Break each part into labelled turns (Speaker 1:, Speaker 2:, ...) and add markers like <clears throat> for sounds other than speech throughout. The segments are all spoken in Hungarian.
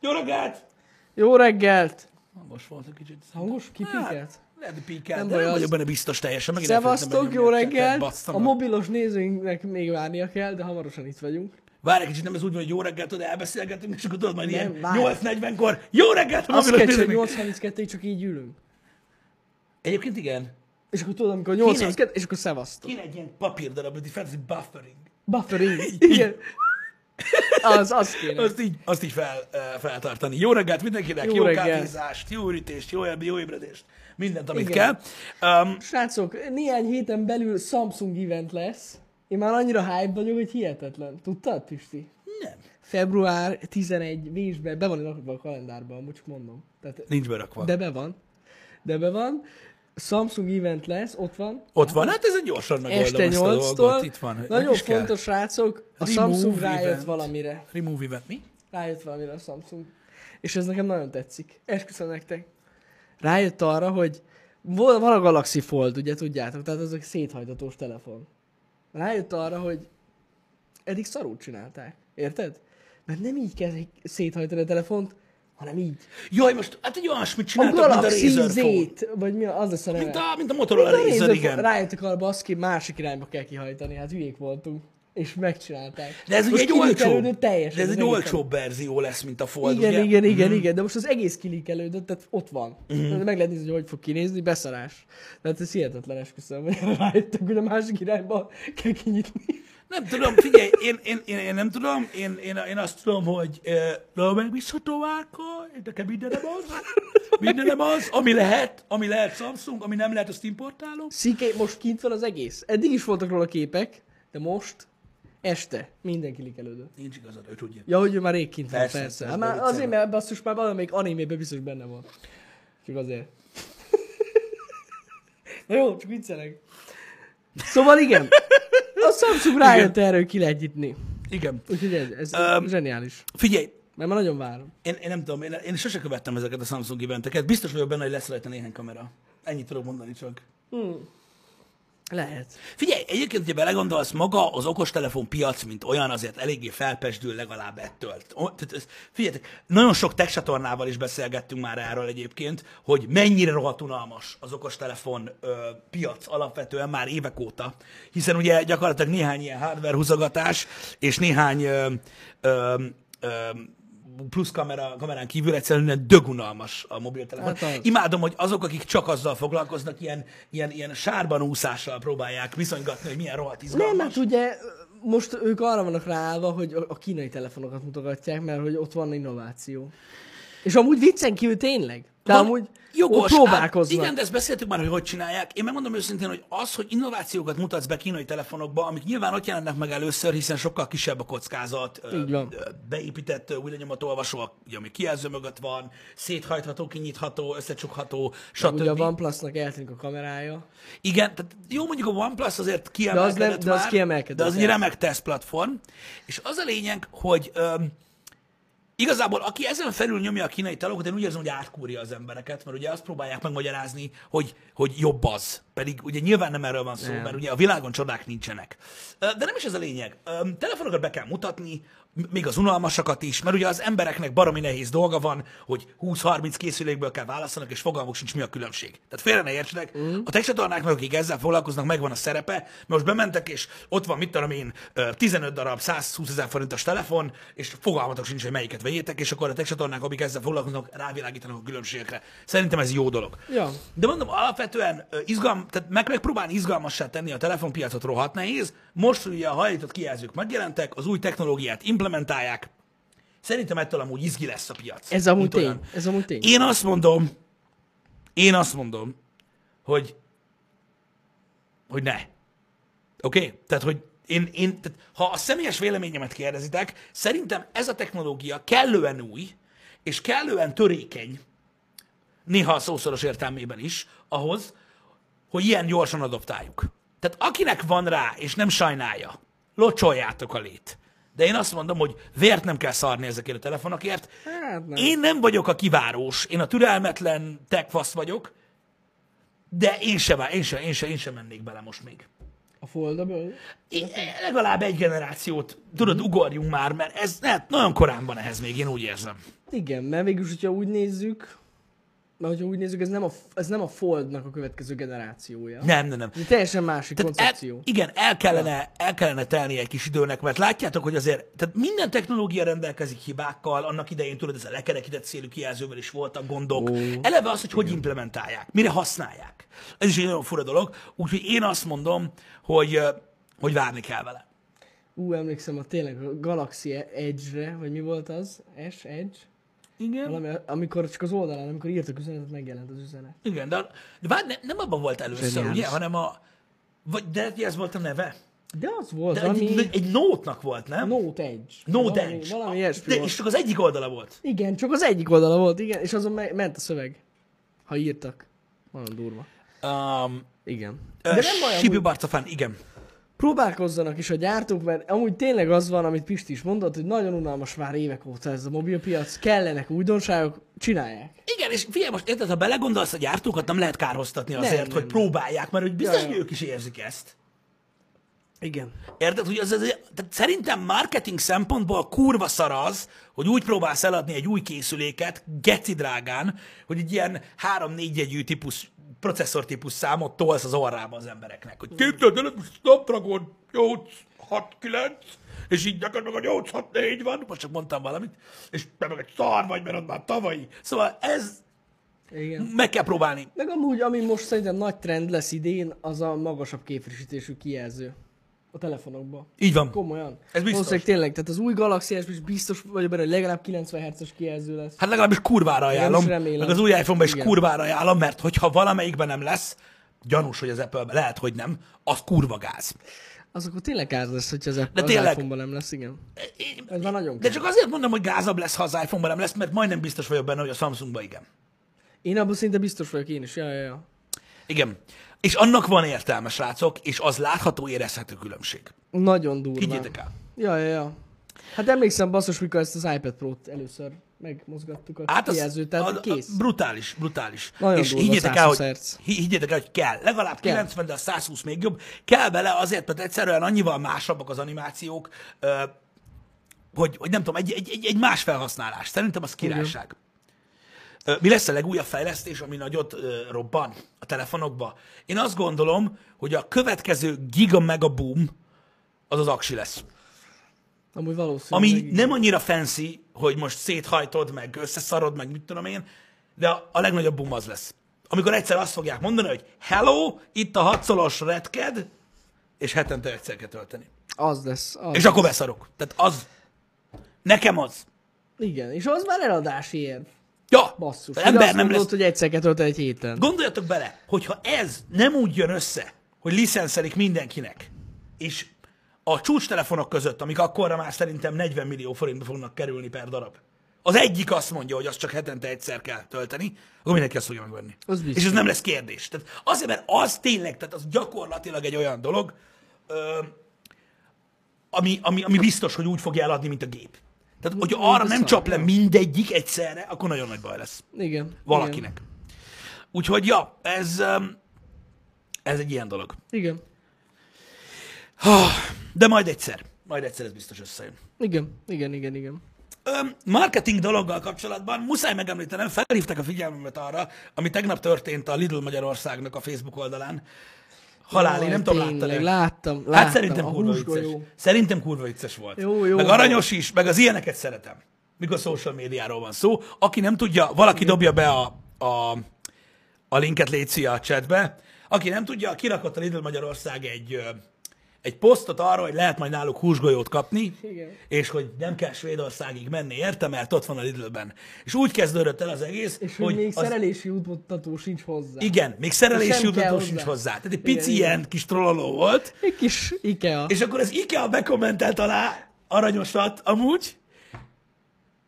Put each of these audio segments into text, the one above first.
Speaker 1: Jó reggelt!
Speaker 2: Jó reggelt! Hát,
Speaker 1: Most volt egy kicsit szám.
Speaker 2: Hangos kipiket?
Speaker 1: Lehet, hogy píkál,
Speaker 2: Nem
Speaker 1: de
Speaker 2: baj
Speaker 1: nem
Speaker 2: az.
Speaker 1: vagyok benne biztos teljesen. Megint
Speaker 2: Szevasztok,
Speaker 1: elfelejtettem
Speaker 2: jó
Speaker 1: benyomni a chatet,
Speaker 2: reggelt!
Speaker 1: basszam
Speaker 2: A
Speaker 1: meg.
Speaker 2: mobilos nézőinknek még várnia kell, de hamarosan itt vagyunk.
Speaker 1: Várj egy kicsit, nem ez úgy van, hogy jó reggelt, tudod, elbeszélgetünk, és akkor tudod majd ilyen
Speaker 2: várj.
Speaker 1: 8.40-kor. Jó reggelt, a mobilos
Speaker 2: Azt kell, hogy
Speaker 1: nézőknek.
Speaker 2: 832 csak így ülünk.
Speaker 1: Egyébként igen.
Speaker 2: És akkor tudod, amikor 832, és akkor szevasztok.
Speaker 1: Kéne egy ilyen papírdarab, hogy fantasy buffering.
Speaker 2: Buffering. Igen. Az, az kéne.
Speaker 1: Azt így, azt így fel, eh, feltartani. Jó reggelt mindenkinek, jó,
Speaker 2: Jó
Speaker 1: jó
Speaker 2: reggelt.
Speaker 1: kávézást, jó ütést, jó, eb- jó ébredést, mindent, amit
Speaker 2: Igen.
Speaker 1: kell. Um,
Speaker 2: Srácok, néhány héten belül Samsung event lesz. Én már annyira hype vagyok, hogy hihetetlen. Tudtad, Pisti?
Speaker 1: nem.
Speaker 2: Február 11 vésbe, be van rakva a kalendárban, amúgy csak mondom. Tehát,
Speaker 1: Nincs berakva.
Speaker 2: de be van. De be van. Samsung event lesz, ott van.
Speaker 1: Ott van, hát ez egy gyorsan megoldom
Speaker 2: Este
Speaker 1: ezt a dolgot.
Speaker 2: 8-tól.
Speaker 1: Itt van. meg
Speaker 2: Nagyon
Speaker 1: is kell.
Speaker 2: fontos, srácok, a
Speaker 1: Remove
Speaker 2: Samsung rájött
Speaker 1: event.
Speaker 2: valamire.
Speaker 1: Remove event. Mi?
Speaker 2: Rájött valamire a Samsung. És ez nekem nagyon tetszik. Esküszöm nektek. Rájött arra, hogy vol- van a Galaxy Fold, ugye tudjátok, tehát az egy széthajtatós telefon. Rájött arra, hogy eddig szarul csinálták. Érted? Mert nem így kell széthajtani a telefont, hanem így.
Speaker 1: Jaj, most hát egy olyasmit
Speaker 2: A
Speaker 1: csináltak, mint a
Speaker 2: Galaxy
Speaker 1: Razer
Speaker 2: z
Speaker 1: Phone.
Speaker 2: vagy mi az lesz a neve?
Speaker 1: Mint a, mint a Motorola
Speaker 2: Na,
Speaker 1: Razer,
Speaker 2: nézzük,
Speaker 1: Szóval igen.
Speaker 2: Rájöttek arra, baszki, másik irányba kell kihajtani, hát hülyék voltunk. És megcsinálták.
Speaker 1: De ez ugye
Speaker 2: Most
Speaker 1: egy olcsó.
Speaker 2: kilikelődött Teljesen,
Speaker 1: De ez
Speaker 2: az
Speaker 1: egy
Speaker 2: egész
Speaker 1: olcsóbb verzió lesz, mint a Fold,
Speaker 2: Igen,
Speaker 1: ugye? Mhm.
Speaker 2: igen, igen, igen, de most az egész kilikelődött, tehát ott van. Tehát Meg lehet nézni, hogy hogy fog kinézni, beszarás. Tehát ez hihetetlen esküszöm, hogy rájöttünk, hogy a másik irányba kell kinyitni.
Speaker 1: Nem tudom, figyelj, én, én, én, én nem tudom, én, én, én azt tudom, hogy uh, megbízható márka, nekem mindenem az, mindenem az, ami lehet, ami lehet Samsung, ami nem lehet, azt importálom.
Speaker 2: Sziké, most kint van az egész. Eddig is voltak róla képek, de most este minden kilikelődött.
Speaker 1: Nincs igazad, ő tudja.
Speaker 2: Ja, hogy ő már rég kint van,
Speaker 1: Persze,
Speaker 2: persze. persze. Hát
Speaker 1: ez
Speaker 2: már
Speaker 1: viccelem.
Speaker 2: azért, mert basszus már valamelyik animében biztos benne van. Csak azért. <laughs> Na jó, csak viccelek. Szóval igen, a Samsung rájött erre, hogy ki lehet nyitni.
Speaker 1: Igen.
Speaker 2: Úgyhogy ez, ez
Speaker 1: Öm.
Speaker 2: um, zseniális.
Speaker 1: Figyelj,
Speaker 2: Mert már nagyon várom.
Speaker 1: én, én nem tudom, én, én sose követtem ezeket a Samsung eventeket, biztos vagyok benne, hogy lesz rajta néhány kamera. Ennyit tudok mondani csak. Hmm.
Speaker 2: Lehet.
Speaker 1: Figyelj, egyébként, hogyha belegondolsz, maga az okostelefon piac, mint olyan, azért eléggé felpesdül legalább ettől. O- Tehát ez, figyeljetek, nagyon sok tech csatornával is beszélgettünk már erről egyébként, hogy mennyire rohadt unalmas az okostelefon ö, piac alapvetően már évek óta, hiszen ugye gyakorlatilag néhány ilyen hardware húzogatás, és néhány ö, ö, ö, plusz kamera, kamerán kívül egyszerűen dögunalmas a mobiltelefon.
Speaker 2: Hát az.
Speaker 1: Imádom, hogy azok, akik csak azzal foglalkoznak, ilyen, ilyen, ilyen sárban úszással próbálják viszonygatni, hogy milyen rohadt
Speaker 2: Nem,
Speaker 1: izgalmas.
Speaker 2: mert ugye most ők arra vannak ráállva, hogy a a kínai telefonokat mutogatják, mert hogy ott van innováció. És amúgy viccen kívül tényleg. De
Speaker 1: Van-
Speaker 2: amúgy
Speaker 1: jogos,
Speaker 2: ott
Speaker 1: ám-
Speaker 2: próbálkoznak.
Speaker 1: Igen, de ezt beszéltük már, hogy hogy csinálják. Én megmondom őszintén, hogy az, hogy innovációkat mutatsz be kínai telefonokba, amik nyilván ott jelennek meg először, hiszen sokkal kisebb a kockázat, ö,
Speaker 2: Így van.
Speaker 1: ö, beépített ö, új lenyomatolvasó, ugye, ami kijelző mögött van, széthajtható, kinyitható, összecsukható, stb.
Speaker 2: Ugye a OnePlusnak eltűnik a kamerája.
Speaker 1: Igen, tehát jó mondjuk a OnePlus azért
Speaker 2: az
Speaker 1: kiemelkedett
Speaker 2: nem- de az
Speaker 1: már,
Speaker 2: kiemelkedett,
Speaker 1: de az egy
Speaker 2: igen.
Speaker 1: remek tesz platform. És az a lényeg, hogy öm, igazából aki ezen felül nyomja a kínai talokat, én úgy érzem, hogy átkúrja az embereket, mert ugye azt próbálják megmagyarázni, hogy, hogy jobb az. Pedig ugye nyilván nem erről van szó,
Speaker 2: Nem.
Speaker 1: mert ugye a világon csodák nincsenek. Ö, De nem is ez a lényeg. Öm, Telefonokat be kell mutatni, m- még az unalmasakat is, mert ugye az embereknek baromi nehéz dolga van, hogy 20-30 készülékből kell válaszolnak, és fogalmuk sincs, mi a különbség. Tehát félre ne értsenek, mm. a tech csatornáknak, akik ezzel foglalkoznak, megvan a szerepe, mert most bementek, és ott van, mit tudom én, ö, 15 darab 120 ezer forintos telefon, és fogalmatok sincs, hogy melyiket vegyétek, és akkor a tech csatornák, akik ezzel foglalkoznak, rávilágítanak a különbségekre. Szerintem ez jó dolog.
Speaker 2: Ja.
Speaker 1: De mondom, alapvetően ö, izgalm, tehát meg kell próbálni izgalmassá tenni a telefonpiacot rohadt nehéz. Most hogy ugye a hajlított kijelzők megjelentek, az új technológiát implementálják. Szerintem ettől amúgy izgi lesz a piac.
Speaker 2: Ez amúgy
Speaker 1: mint
Speaker 2: tény,
Speaker 1: olyan.
Speaker 2: ez amúgy tény.
Speaker 1: Én azt mondom, én azt mondom, hogy hogy ne. Oké? Okay? Tehát, hogy én, én tehát, ha a személyes véleményemet kérdezitek, szerintem ez a technológia kellően új, és kellően törékeny, néha a szószoros értelmében is, ahhoz, hogy ilyen gyorsan adoptáljuk. Tehát akinek van rá, és nem sajnálja, locsoljátok a lét. De én azt mondom, hogy vért nem kell szarni ezekért a telefonokért.
Speaker 2: Hát nem.
Speaker 1: Én nem vagyok a kivárós, én a türelmetlen tekfasz vagyok, de én se, vá- én se, én se, én se mennék bele most még.
Speaker 2: A foldable?
Speaker 1: Én Mhm. legalább egy generációt, tudod, ugorjunk már, mert ez hát, nagyon korán van ehhez még, én úgy érzem.
Speaker 2: Igen, mert végülis, hogyha úgy nézzük, mert hogyha úgy nézzük, ez nem a, ez nem a Foldnak a következő generációja.
Speaker 1: Nem, nem, nem.
Speaker 2: Ez egy teljesen másik
Speaker 1: Tehát el,
Speaker 2: koncepció.
Speaker 1: igen, el kellene, el kellene telni egy kis időnek, mert látjátok, hogy azért tehát minden technológia rendelkezik hibákkal, annak idején tudod, ez a lekerekített szélű kijelzővel is voltak gondok. Ó, Eleve az, hogy hogy implementálják, mire használják. Ez is egy nagyon fura dolog, úgyhogy én azt mondom, hogy, ö, hogy várni kell vele.
Speaker 2: Ú, emlékszem, a tényleg a Galaxy Edge-re, vagy mi volt az? S, Edge?
Speaker 1: Igen.
Speaker 2: Valami, amikor csak az oldalán, amikor írtak üzenetet, megjelent az üzenet.
Speaker 1: Igen, de, de vár, ne, nem abban volt először,
Speaker 2: Zseniális.
Speaker 1: ugye, hanem a... Vagy, de ez volt a neve?
Speaker 2: De az volt,
Speaker 1: De
Speaker 2: de ami...
Speaker 1: egy, egy, egy note-nak volt, nem?
Speaker 2: Note Edge. Ah,
Speaker 1: No
Speaker 2: valami,
Speaker 1: Dance.
Speaker 2: Valami
Speaker 1: A-
Speaker 2: ilyesmi
Speaker 1: de,
Speaker 2: volt.
Speaker 1: És csak az egyik oldala volt.
Speaker 2: Igen, csak az egyik oldala volt, igen, és azon me- ment a szöveg. Ha írtak. Nagyon durva.
Speaker 1: Um,
Speaker 2: Igen.
Speaker 1: de nem baj, Sibi Barcafán, igen.
Speaker 2: próbálkozzanak is a gyártók, mert amúgy tényleg az van, amit Pisti is mondott, hogy nagyon unalmas már évek óta ez a mobilpiac, kellenek újdonságok, csinálják.
Speaker 1: Igen, és figyelj, most érted, ha belegondolsz a gyártókat, nem lehet kárhoztatni azért,
Speaker 2: nem,
Speaker 1: hogy
Speaker 2: nem.
Speaker 1: próbálják, mert hogy bizony
Speaker 2: Ja, ja.
Speaker 1: ők is érzik ezt.
Speaker 2: Igen.
Speaker 1: Érted, hogy az, az, tehát szerintem marketing szempontból kurva szar az, hogy úgy próbálsz eladni egy új készüléket, geci drágán, hogy egy ilyen 3-4 jegyű típus, processzor típus számot tolsz az orrába az embereknek. Hogy képzeld el, hogy Snapdragon 869, és így neked meg a 864 van, most csak mondtam valamit, és te meg egy szar vagy, mert az már tavalyi. Szóval ez,
Speaker 2: Igen.
Speaker 1: meg kell próbálni.
Speaker 2: Meg amúgy, ami most szerintem nagy trend lesz idén, az a magasabb képfrissítésű kijelző a telefonokban.
Speaker 1: Így van.
Speaker 2: Komolyan. Ez
Speaker 1: biztos.
Speaker 2: Valószínűleg tényleg, tehát az új Galaxy S is biztos vagyok benne, hogy legalább 90 Hz-es kijelző lesz.
Speaker 1: Hát legalábbis kurvára ajánlom.
Speaker 2: remélem.
Speaker 1: Meg az új iPhone-ban is
Speaker 2: Igen.
Speaker 1: kurvára ajánlom, mert hogyha valamelyikben nem lesz, gyanús, hogy az Apple-ben lehet, hogy nem, az kurva gáz.
Speaker 2: Az akkor tényleg gáz lesz, hogyha az, az
Speaker 1: tényleg.
Speaker 2: iPhone-ban nem lesz, igen.
Speaker 1: Én-
Speaker 2: Ez már nagyon
Speaker 1: De
Speaker 2: kell.
Speaker 1: csak azért mondom, hogy gázabb lesz, ha az iPhone-ban nem lesz, mert majdnem biztos vagyok benne, hogy a Samsungban igen.
Speaker 2: Én abban szinte biztos vagyok én is, ja, ja, ja.
Speaker 1: Igen. És annak van értelme, srácok, és az látható, érezhető különbség.
Speaker 2: Nagyon durva.
Speaker 1: Higgyétek el.
Speaker 2: Ja, ja, ja. Hát emlékszem, basszus, mikor ezt az iPad Pro-t először megmozgattuk a
Speaker 1: Hát az,
Speaker 2: kijelzőt, tehát
Speaker 1: a- a-
Speaker 2: kész.
Speaker 1: Brutális, brutális.
Speaker 2: Nagyon
Speaker 1: és
Speaker 2: durva,
Speaker 1: higgyétek el, hogy,
Speaker 2: 120 herc.
Speaker 1: hi- higgyétek el, hogy kell. Legalább
Speaker 2: Kell.
Speaker 1: 90, de a 120 még jobb. Kell bele azért, mert egyszerűen annyival másabbak az animációk, ö, hogy, hogy nem tudom, egy, egy, egy, egy más felhasználás. Szerintem az királyság. Ö, Mi lesz a legújabb fejlesztés, ami nagyot ö, robban a telefonokba? Én azt gondolom, hogy a következő giga-mega boom az az aksi lesz.
Speaker 2: Amúgy valószínűleg.
Speaker 1: Ami
Speaker 2: igen.
Speaker 1: nem annyira fancy, hogy most széthajtod, meg összeszarod, meg mit tudom én, de a- a legnagyobb boom az lesz. Amikor egyszer azt fogják mondani, hogy hello, itt a hatszolos retked, és hetente egyszer kell tölteni.
Speaker 2: Az lesz. Az.
Speaker 1: És akkor beszarok. Tehát az, nekem az.
Speaker 2: Igen, és az már eladási ér.
Speaker 1: Ja,
Speaker 2: Basszus.
Speaker 1: az
Speaker 2: Ember
Speaker 1: ember
Speaker 2: azt
Speaker 1: nem
Speaker 2: nem
Speaker 1: lesz.
Speaker 2: hogy egyszer kell tölteni egy héten.
Speaker 1: Gondoljatok bele, hogyha ez nem úgy jön össze, hogy licenszelik mindenkinek, és a csúcstelefonok között, amik akkorra már szerintem 40 millió forintba fognak kerülni per darab, az egyik azt mondja, hogy azt csak hetente egyszer kell tölteni, akkor mindenki azt fogja megvenni.
Speaker 2: Az biztos.
Speaker 1: és ez nem lesz kérdés. Tehát azért, mert az tényleg, tehát az gyakorlatilag egy olyan dolog, ö, ami, ami, ami biztos, hogy úgy fogja eladni, mint a gép. Tehát, hogyha arra nem
Speaker 2: biztos,
Speaker 1: csap le mindegyik egyszerre, akkor nagyon nagy baj lesz
Speaker 2: Igen.
Speaker 1: valakinek. Úgyhogy ja, ez, öm, ez egy ilyen dolog.
Speaker 2: Igen. Igen.
Speaker 1: De majd egyszer, majd egyszer ez biztos összejön.
Speaker 2: Igen, igen, igen, igen.
Speaker 1: Öm, Marketing dologgal kapcsolatban muszáj megemlítenem, felhívták a figyelmemet arra, ami tegnap történt a Lidl Magyarországnak a Facebook oldalán. Haláli,
Speaker 2: Jaj,
Speaker 1: nem tudom, láttad
Speaker 2: tényleg,
Speaker 1: -e?
Speaker 2: Láttam, láttam.
Speaker 1: Hát szerintem
Speaker 2: a
Speaker 1: kurva vicces.
Speaker 2: húsgolyó.
Speaker 1: Szerintem kurva vicces volt.
Speaker 2: Jó, jó
Speaker 1: meg
Speaker 2: volt.
Speaker 1: aranyos is, meg az ilyeneket szeretem. Mikor social médiáról van szó. Aki nem tudja, valaki dobja be a, a, a linket léci a chatbe. Aki nem tudja, kirakott a Lidl Magyarország egy, ö, egy posztot arról, hogy lehet majd náluk húsgolyót kapni,
Speaker 2: Igen.
Speaker 1: és hogy nem kell Svédországig menni, érte, mert ott van a Lidlben. És úgy kezdődött el az egész,
Speaker 2: És hogy, még
Speaker 1: az
Speaker 2: szerelési útmutató sincs hozzá.
Speaker 1: igen, még
Speaker 2: És
Speaker 1: szerelési
Speaker 2: nem kell
Speaker 1: utató
Speaker 2: hozzá.
Speaker 1: sincs hozzá. Tehát egy pici
Speaker 2: Igen, igen.
Speaker 1: ilyen kis trolloló volt,
Speaker 2: Egy kis Ikea.
Speaker 1: és akkor az IKEA bekommentelt alá aranyosat amúgy,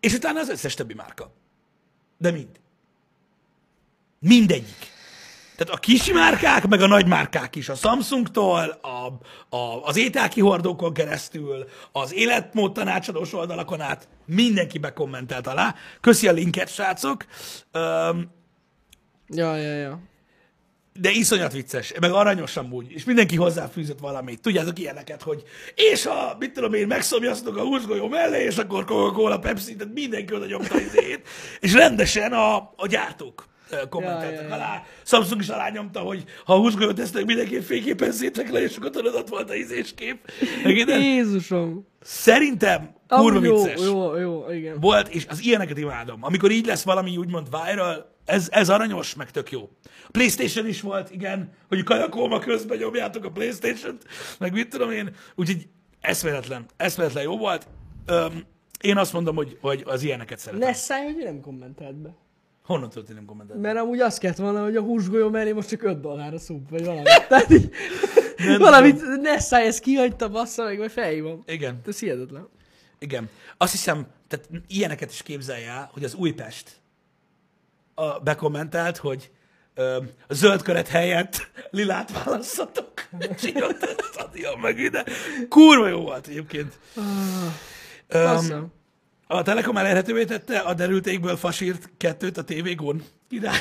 Speaker 1: és utána az összes többi márka. De mind. Mindegyik. Tehát a kis márkák, meg a nagy márkák is. A Samsungtól, a, a, az ételkihordókon keresztül, az életmód tanácsadós oldalakon át mindenki bekommentelt alá. Köszi a linket, srácok. Öm,
Speaker 2: Ja, ja, ja.
Speaker 1: de iszonyat vicces, meg aranyos amúgy, és mindenki hozzáfűzött valamit. Tudjátok ilyeneket, hogy és a, mit tudom én, megszomjaztok a húsgolyó mellé, és akkor Coca-Cola, Pepsi, tehát mindenki oda nyomta izét, és rendesen a, a gyártók ö, kommenteltek
Speaker 2: Ja, ja, ja.
Speaker 1: alá. Samsung is alá nyomta, hogy ha a húsgolyót tesznek, mindenképp fényképezzétek le, és akkor tudod, ott volt a izéskép. Meg minden.
Speaker 2: Jézusom.
Speaker 1: Szerintem kurva
Speaker 2: Amúgy jó,
Speaker 1: vicces
Speaker 2: Jó, jó, igen.
Speaker 1: volt, és az ilyeneket imádom. Amikor így lesz valami úgymond viral, ez, ez aranyos, meg tök jó. A Playstation is volt, igen, hogy kajakóma közben nyomjátok a Playstation-t, meg mit tudom én, úgyhogy eszméletlen, eszméletlen jó volt. Öm, én azt mondom, hogy, hogy az ilyeneket szeretem.
Speaker 2: Ne
Speaker 1: Lesz.
Speaker 2: szállj, hogy nem kommentelt be.
Speaker 1: Honnan tudod, hogy nem kommenteltem?
Speaker 2: Mert amúgy azt kellett volna, hogy a húsgolyó mellé most csak 5 dollárra szúp, vagy
Speaker 1: <laughs>
Speaker 2: valami. Tehát így, valamit, ne szállj, ezt kihagyta, bassza meg, vagy felhívom.
Speaker 1: Igen,
Speaker 2: Ez hihetetlen.
Speaker 1: igen. Azt hiszem, tehát ilyeneket is képzelj el, hogy az Újpest a, bekommentelt, hogy öm, a zöld köret helyett lilát választatok. <laughs> És így ott a stadion meg ide. Kurva jó volt egyébként. Ah, Öm,
Speaker 2: Bassza.
Speaker 1: a Telekom elérhetővé tette a derültékből fasírt kettőt a tévégón. Király.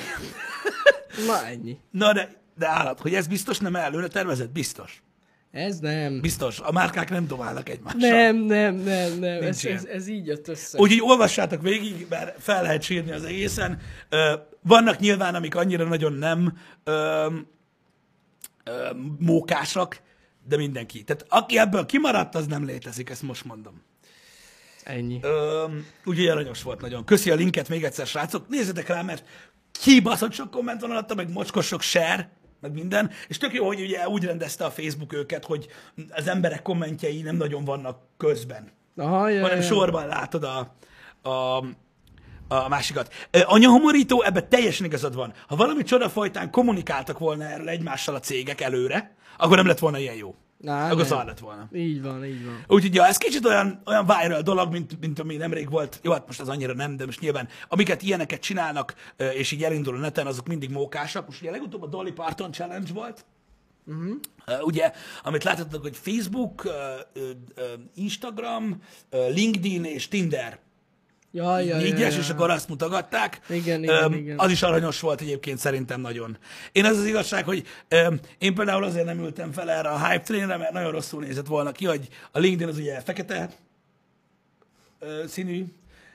Speaker 2: Na ennyi.
Speaker 1: Na de, de állat, hogy ez biztos nem előre tervezett? Biztos.
Speaker 2: Ez nem.
Speaker 1: Biztos. A márkák nem domálnak egymással.
Speaker 2: Nem, nem, nem, nem. Ez,
Speaker 1: ilyen.
Speaker 2: ez, ez így jött össze.
Speaker 1: Úgyhogy olvassátok végig, mert fel lehet sírni az egészen. Ö, Vannak nyilván, amik annyira nagyon nem ö, ö, mókásak, de mindenki. Tehát aki ebből kimaradt, az nem létezik, ezt most mondom.
Speaker 2: Ennyi.
Speaker 1: Öm, úgyhogy aranyos volt nagyon. Köszi a linket még egyszer, srácok. Nézzetek rá, mert kibaszott sok komment van alatta, meg mocskos sok share, meg minden. És tök jó, hogy ugye úgy rendezte a Facebook őket, hogy az emberek kommentjei nem nagyon vannak közben,
Speaker 2: Aha, jaj,
Speaker 1: hanem sorban látod a, a, a másikat. Ö, Anyahomorító, ebben teljesen igazad van. Ha valami csoda folytán kommunikáltak volna erről egymással a cégek előre, akkor nem lett volna ilyen jó.
Speaker 2: Á,
Speaker 1: akkor
Speaker 2: nem.
Speaker 1: szar lett volna.
Speaker 2: Így van, így van.
Speaker 1: Úgyhogy ja, ez kicsit olyan, olyan viral dolog, mint, mint ami nemrég volt. Jó, hát most az annyira nem, de most nyilván, amiket ilyeneket csinálnak, ö, és így elindul a neten, azok mindig mókásak. Most ugye legutóbb a Dolly Parton Challenge volt, Ö, ugye, amit láthatnak, hogy Facebook, ö, ö, ö, Instagram, ö, LinkedIn és Tinder
Speaker 2: Jaj, jaj, jaj,
Speaker 1: négyes,
Speaker 2: jaj.
Speaker 1: és akkor azt mutogatták.
Speaker 2: Igen, igen,
Speaker 1: Öm,
Speaker 2: igen.
Speaker 1: Az is aranyos volt egyébként szerintem nagyon. Én az az igazság, hogy öm, én például azért nem ültem fel erre a hype trainre, mert nagyon rosszul nézett volna ki, hogy a LinkedIn az ugye fekete ö, színű,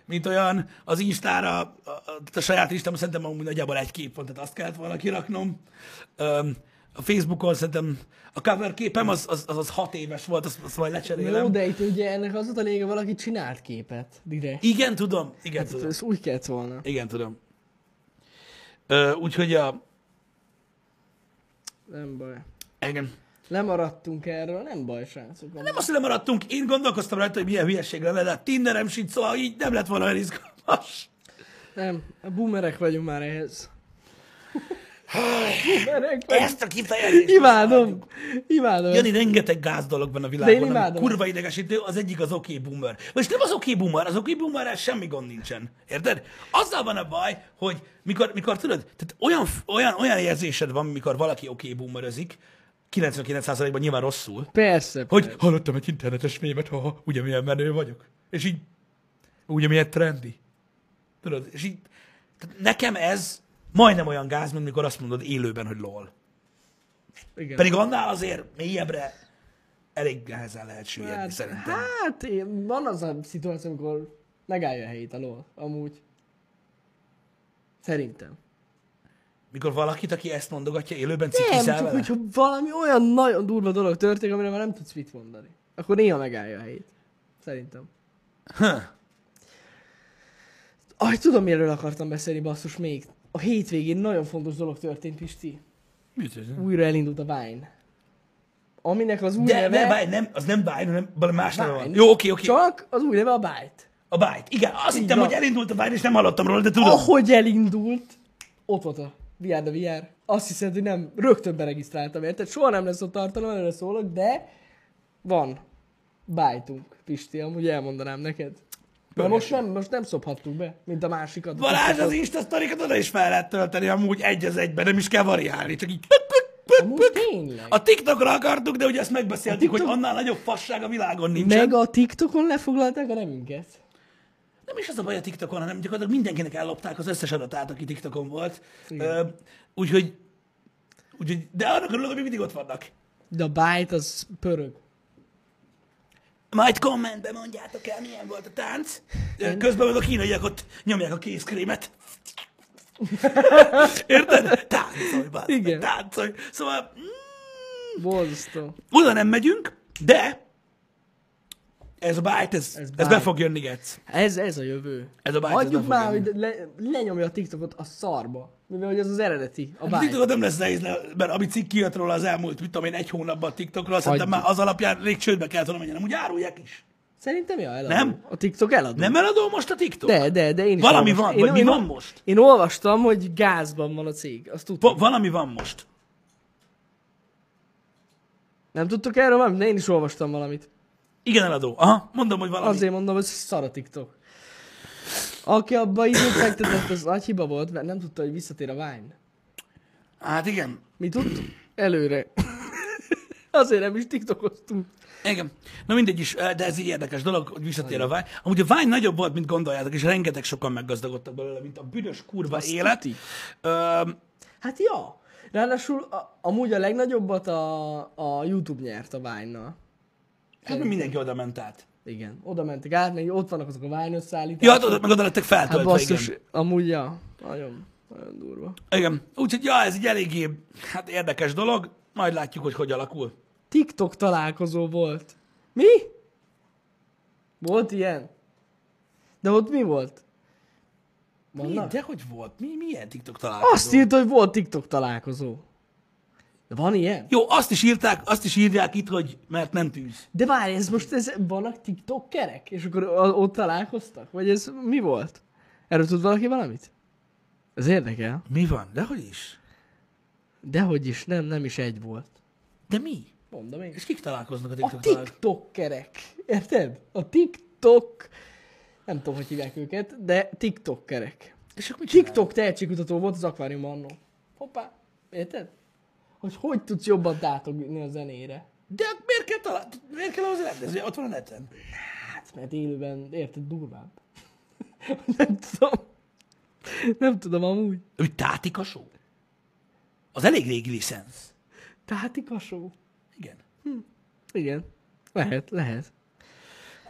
Speaker 1: mint olyan. Az Instára, a, a, a saját Instám szerintem amúgy nagyjából egy kép van, tehát azt kellett volna kiraknom. Öm, a Facebookon szerintem a cover képem az, az, az, az hat éves volt, azt, azt majd lecserélem.
Speaker 2: Jó, de itt ugye ennek az volt a lényege, valaki csinált képet. Direkt.
Speaker 1: Igen, tudom. Igen, tudom.
Speaker 2: Ez úgy kellett volna.
Speaker 1: Igen, tudom. Ö, úgyhogy a...
Speaker 2: Nem baj.
Speaker 1: Igen.
Speaker 2: Lemaradtunk erről, nem baj, srácok.
Speaker 1: Nem azt, hogy lemaradtunk, én gondolkoztam rajta, hogy milyen hülyeség lenne, de hát Tinderem sincs, szóval így nem lett volna olyan izgalmas.
Speaker 2: Nem, a boomerek vagyunk már ehhez. boomerek vagyunk.
Speaker 1: Ezt a kifejezést.
Speaker 2: Imádom, imádom.
Speaker 1: Jani, rengeteg gáz dolog van a világon, ami
Speaker 2: imádom.
Speaker 1: kurva idegesítő, az egyik az oké okay boomer. Most nem az oké okay boomer, az oké okay boomerrel semmi gond nincsen. Érted? Azzal van a baj, hogy mikor, mikor tudod, tehát olyan, olyan, olyan érzésed van, mikor valaki oké okay boomerözik, 99%-ban nyilván rosszul,
Speaker 2: Persze,
Speaker 1: Hogy
Speaker 2: persze.
Speaker 1: hallottam egy internetes mémet, ha, ha ugye milyen menő vagyok. És így, ugye milyen trendi. Tudod, és így, tehát nekem ez majdnem olyan gáz, mint mikor azt mondod élőben, hogy lol.
Speaker 2: Igen.
Speaker 1: Pedig annál azért mélyebbre elég nehezen lehet süllyedni,
Speaker 2: hát,
Speaker 1: szerintem.
Speaker 2: hát, én- van az a szituáció, amikor megállja a helyét a lol, amúgy. Szerintem.
Speaker 1: Mikor valakit, aki ezt mondogatja, élőben
Speaker 2: Nem,
Speaker 1: cikizel
Speaker 2: csak
Speaker 1: vele.
Speaker 2: úgy, ha valami olyan nagyon durva dolog történik, amire már nem tudsz mit mondani. Akkor néha megállja a helyét. Szerintem.
Speaker 1: Huh.
Speaker 2: Aj, tudom, miről akartam beszélni, basszus, még. A hétvégén nagyon fontos dolog történt, Pisti.
Speaker 1: Mit ez?
Speaker 2: Újra elindult a Vine. Aminek az új
Speaker 1: De
Speaker 2: neve...
Speaker 1: ne, báj, nem, az nem Vine, hanem valami más neve van.
Speaker 2: Vine.
Speaker 1: Jó, oké, oké.
Speaker 2: Csak az új neve a Byte.
Speaker 1: A Byte. Igen, azt hittem,
Speaker 2: van.
Speaker 1: hogy elindult a Vine, és nem hallottam róla, de tudom.
Speaker 2: Ahogy elindult, ott volt a VR de VR. Azt hiszed, hogy nem, rögtön beregisztráltam, érted? Soha nem lesz ott tartalom, előre szólok, de van. Bájtunk, Pisti, amúgy elmondanám neked. De most nem, most nem szophattuk be, mint a másikat.
Speaker 1: Balázs az Insta sztorikat oda is fel lehet tölteni, amúgy egy az egyben, nem is kell variálni, csak így...
Speaker 2: Amúgy tényleg.
Speaker 1: A TikTokra akartuk, de ugye ezt megbeszéltük,
Speaker 2: A TikTok-
Speaker 1: hogy annál nagyobb fasság a világon nincsen.
Speaker 2: Meg a TikTokon lefoglalták a nevünket.
Speaker 1: Nem is az a baj a TikTokon, hanem gyakorlatilag mindenkinek ellopták az összes adatát, aki TikTokon volt. Ö, Úgyhogy Úgyhogy, de annak örülök, hogy még mindig ott vannak.
Speaker 2: De a byte az pörög.
Speaker 1: Majd kommentben mondjátok el, milyen volt a tánc. Ö,
Speaker 2: Én-
Speaker 1: Közben meg a kínaiak ott nyomják a
Speaker 2: <laughs>
Speaker 1: kézkrémet. Érted? Táncolj, bár,
Speaker 2: Igen.
Speaker 1: táncolj. Szóval mm,
Speaker 2: Borzasztó.
Speaker 1: oda nem megyünk, de ez a bájt, ez, ez, ez
Speaker 2: bájt.
Speaker 1: be fog jönni, Getsz.
Speaker 2: Ez, ez a jövő.
Speaker 1: Ez a byte, ez
Speaker 2: Hagyjuk
Speaker 1: nem
Speaker 2: már,
Speaker 1: fog jönni.
Speaker 2: hogy le, lenyomja a TikTokot a szarba. Mivel hogy az az eredeti, a
Speaker 1: A
Speaker 2: byte.
Speaker 1: TikTokot nem lesz nehéz, le- mert ami cikk kijött róla az elmúlt, mit tudom én, egy hónapban a TikTokra, szerintem már
Speaker 2: Hagyjuk.
Speaker 1: az alapján rég csődbe kellett volna menjenem, úgy árulják is.
Speaker 2: Szerintem ja, eladó.
Speaker 1: Nem?
Speaker 2: A TikTok eladó.
Speaker 1: Nem eladó most a TikTok?
Speaker 2: De, de, de én is
Speaker 1: Valami
Speaker 2: olvastam.
Speaker 1: van,
Speaker 2: én,
Speaker 1: vagy mi
Speaker 2: én,
Speaker 1: van most?
Speaker 2: Én olvastam, hogy gázban van a cég. Azt tudtam.
Speaker 1: Va- valami van most.
Speaker 2: Nem tudtok erről valamit? De én is olvastam valamit.
Speaker 1: Igen, eladó. Aha, mondom, hogy valami.
Speaker 2: Azért mondom, hogy szar a TikTok. Aki abba így fektetett, az nagy hiba volt, mert nem tudta, hogy visszatér a Vine.
Speaker 1: Hát igen.
Speaker 2: Mi tudtuk? Előre. <laughs> Azért nem is TikTokoztunk.
Speaker 1: Igen. Na mindegy is, eh, de ez egy érdekes dolog, hogy visszatér a Vine. Amúgy a Vine nagyobb volt, mint gondoljátok, és rengeteg sokan meggazdagodtak belőle, mint a büdös kurva
Speaker 2: Azt
Speaker 1: élet.
Speaker 2: tuti.
Speaker 1: Öm,
Speaker 2: Hát ja. Ráadásul a, amúgy a legnagyobbat a, a YouTube nyert a Vine-nal.
Speaker 1: hát mert mindenki oda ment át.
Speaker 2: Igen. Oda mentek át, meg ott vannak azok a Vine összeállítások.
Speaker 1: Ja, hát oda, meg oda lettek
Speaker 2: Hát
Speaker 1: feltöltve, igen.
Speaker 2: basszus, amúgy ja. Nagyon, nagyon durva.
Speaker 1: Igen. Úgyhogy, ja, ez egy eléggé hát érdekes dolog. Majd látjuk, hogy hogy alakul.
Speaker 2: TikTok találkozó volt. Mi? Volt ilyen? De ott mi volt?
Speaker 1: Mi?
Speaker 2: Vannak?
Speaker 1: De hogy volt? Mi, milyen TikTok találkozó?
Speaker 2: Azt írt, hogy volt TikTok találkozó. De van ilyen?
Speaker 1: Jó, azt is írták, azt is írják itt, hogy mert nem tűz.
Speaker 2: De várj, ez most ez, vannak TikTokerek? És akkor a- ott találkoztak? Vagy ez mi volt? Erről tud valaki valamit? Ez érdekel.
Speaker 1: Mi van? De hogy is?
Speaker 2: Dehogy is, nem, nem is egy volt.
Speaker 1: De mi?
Speaker 2: Mondom én.
Speaker 1: És kik találkoznak a
Speaker 2: A
Speaker 1: TikTok találkozó?
Speaker 2: TikTokerek. Érted? A TikTok... Nem tudom, hogy hívják őket, de TikTokerek.
Speaker 1: És akkor mit csinálnak?
Speaker 2: TikTok tehetségkutató volt az akvárium annó. Hoppá, érted? Hogy hogy tudsz jobban dátogni a zenére?
Speaker 1: De miért kell, talál... miért kell ahhoz rendező? Ott van a neten.
Speaker 2: Hát, mert élőben, érted, durvább. <laughs> nem tudom. Nem tudom amúgy.
Speaker 1: Ő tátik a show. Az elég régi licensz.
Speaker 2: Tátik a só.
Speaker 1: Igen.
Speaker 2: Igen. Lehet, lehet.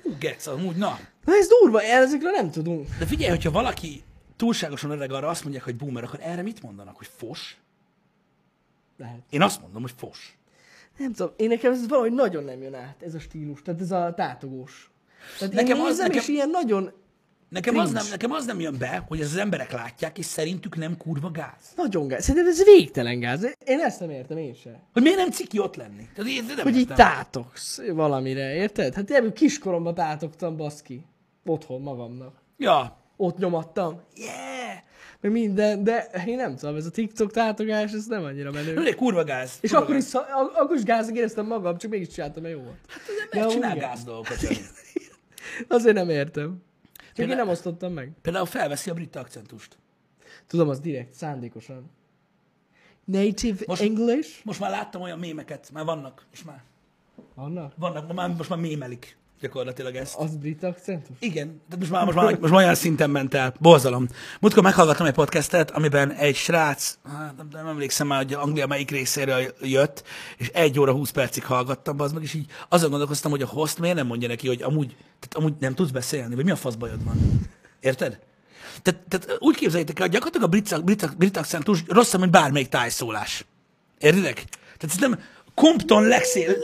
Speaker 1: Hú, getsz, amúgy, na.
Speaker 2: Na ez durva, ezekről nem tudunk.
Speaker 1: De figyelj, hogyha valaki túlságosan öreg arra azt mondják, hogy boomer, akkor erre mit mondanak, hogy fos?
Speaker 2: Lehet.
Speaker 1: Én azt mondom, hogy fos.
Speaker 2: Nem tudom, én nekem ez valahogy nagyon nem jön át, ez a stílus, tehát ez a tátogós. Tehát
Speaker 1: Nekem
Speaker 2: nekem
Speaker 1: az-
Speaker 2: én nézem,
Speaker 1: nekem-
Speaker 2: és ilyen nagyon,
Speaker 1: Nekem az,
Speaker 2: Cringe.
Speaker 1: nem, nekem az nem jön be, hogy ez az emberek látják, és szerintük nem kurva gáz.
Speaker 2: nagyon gáz. Szerintem ez végtelen gáz. Én ezt nem értem én se.
Speaker 1: Hogy miért nem ciki ott lenni? Tehát én, nem
Speaker 2: Hogy így
Speaker 1: értem.
Speaker 2: tátogsz valamire, érted? Hát ebből kiskoromban tátogtam, baszki. Otthon magamnak.
Speaker 1: Ja.
Speaker 2: Ott nyomattam.
Speaker 1: Yeah!
Speaker 2: Meg minden, de én nem tudom, ez a TikTok tátogás, ez nem annyira
Speaker 1: <laughs>
Speaker 2: menő.
Speaker 1: Lőle kurva gáz.
Speaker 2: És
Speaker 1: kurva
Speaker 2: akkor
Speaker 1: gáz.
Speaker 2: is, szá- ak- akkor is gáznak éreztem magam, csak mégis csináltam, mert jó volt. Hát
Speaker 1: Az ember csinál gáz dolgokat. Jani.
Speaker 2: Azért nem értem. Csak én
Speaker 1: Például-
Speaker 2: nem osztottam meg.
Speaker 1: Például felveszi a brit akcentust.
Speaker 2: Tudom, az direkt, szándékosan. Native
Speaker 1: Most-
Speaker 2: English?
Speaker 1: Most már láttam olyan mémeket, már vannak, és már
Speaker 2: Annak?
Speaker 1: vannak, már, most már mémelik gyakorlatilag ezt.
Speaker 2: Az brit akcentus?
Speaker 1: Igen, de most már, most, már, most már olyan szinten ment el. Borzalom. Múltkor meghallgattam egy podcastet, amiben egy srác, hát nem, nem emlékszem már, hogy Anglia melyik részéről jött, és egy óra 20 percig hallgattam, az meg, és így azon gondolkoztam, hogy a host miért nem mondja neki, hogy amúgy, tehát amúgy nem tudsz beszélni, vagy mi a fasz bajod van. Érted? Tehát, tehát úgy képzeljétek el, hogy gyakorlatilag a brit, brit, brit akcentus rosszabb, mint bármelyik tájszólás. Értitek? Tehát szerintem Compton legszél,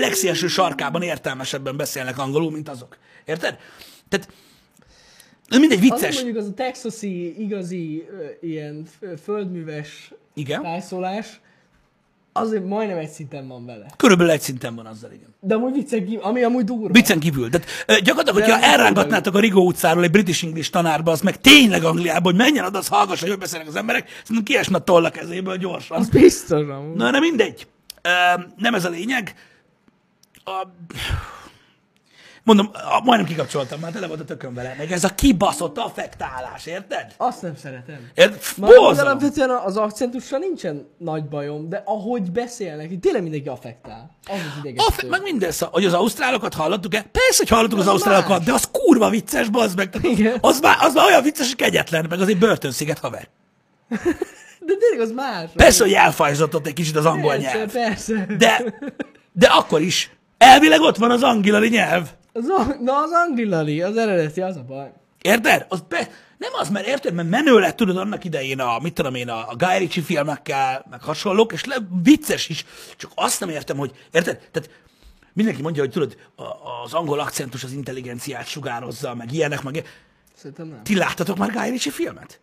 Speaker 1: legszélső sarkában értelmesebben beszélnek angolul, mint azok. Érted? Tehát de mindegy
Speaker 2: Az
Speaker 1: vicces.
Speaker 2: mondjuk az a texasi igazi ö, ilyen f- földműves
Speaker 1: Igen.
Speaker 2: tájszólás, azért majdnem egy szinten van vele.
Speaker 1: Körülbelül egy szinten van azzal, igen.
Speaker 2: De amúgy viccen kívül, ami amúgy durva.
Speaker 1: Viccen kívül. Tehát ö, gyakorlatilag,
Speaker 2: De
Speaker 1: hogyha
Speaker 2: nem
Speaker 1: elrángatnátok a Rigó utcáról egy British English tanárba, az meg tényleg Angliába, hogy menjen oda, az hallgassa, hogy hogy beszélnek az emberek, szerintem kiesne a toll a kezéből gyorsan.
Speaker 2: Az biztos amúgy.
Speaker 1: Na, de mindegy. Ö, nem ez a lényeg. A... Mondom, a, majdnem kikapcsoltam, már tele volt a tökön vele. Meg ez a kibaszott affektálás, érted?
Speaker 2: Azt nem szeretem.
Speaker 1: Érted?
Speaker 2: Már amúgy
Speaker 1: Borzalom.
Speaker 2: alapvetően az akcentussal nincsen nagy bajom, de ahogy beszélnek, itt tényleg mindenki affektál. Az az
Speaker 1: Aff,
Speaker 2: idegesítő.
Speaker 1: meg minden szó, hogy az ausztrálokat hallottuk-e? Persze, hogy hallottuk az,
Speaker 2: Az
Speaker 1: ausztrálokat,
Speaker 2: más.
Speaker 1: de az kurva vicces, bazd meg. Tehát
Speaker 2: Igen.
Speaker 1: Az, már, az már olyan vicces, hogy kegyetlen, meg az egy börtönsziget haver.
Speaker 2: De tényleg az más.
Speaker 1: Persze, hogy elfajzott egy kicsit az angol
Speaker 2: persze,
Speaker 1: nyelv.
Speaker 2: persze.
Speaker 1: De, de akkor is. Elvileg ott van az angilali nyelv.
Speaker 2: Az, ang- na, az angilali, az eredeti, az a baj.
Speaker 1: Érted? Az be, nem az, mert érted, mert menő lett, tudod, annak idején a, mit tudom én, a, a Guy Ritchie filmekkel, meg hasonlók, és le, vicces is. Csak azt nem értem, hogy, érted? Tehát mindenki mondja, hogy tudod, a, az angol akcentus az intelligenciát sugározza, meg ilyenek, meg ilyenek.
Speaker 2: Szerintem nem.
Speaker 1: Ti láttatok már Guy Ritchie filmet?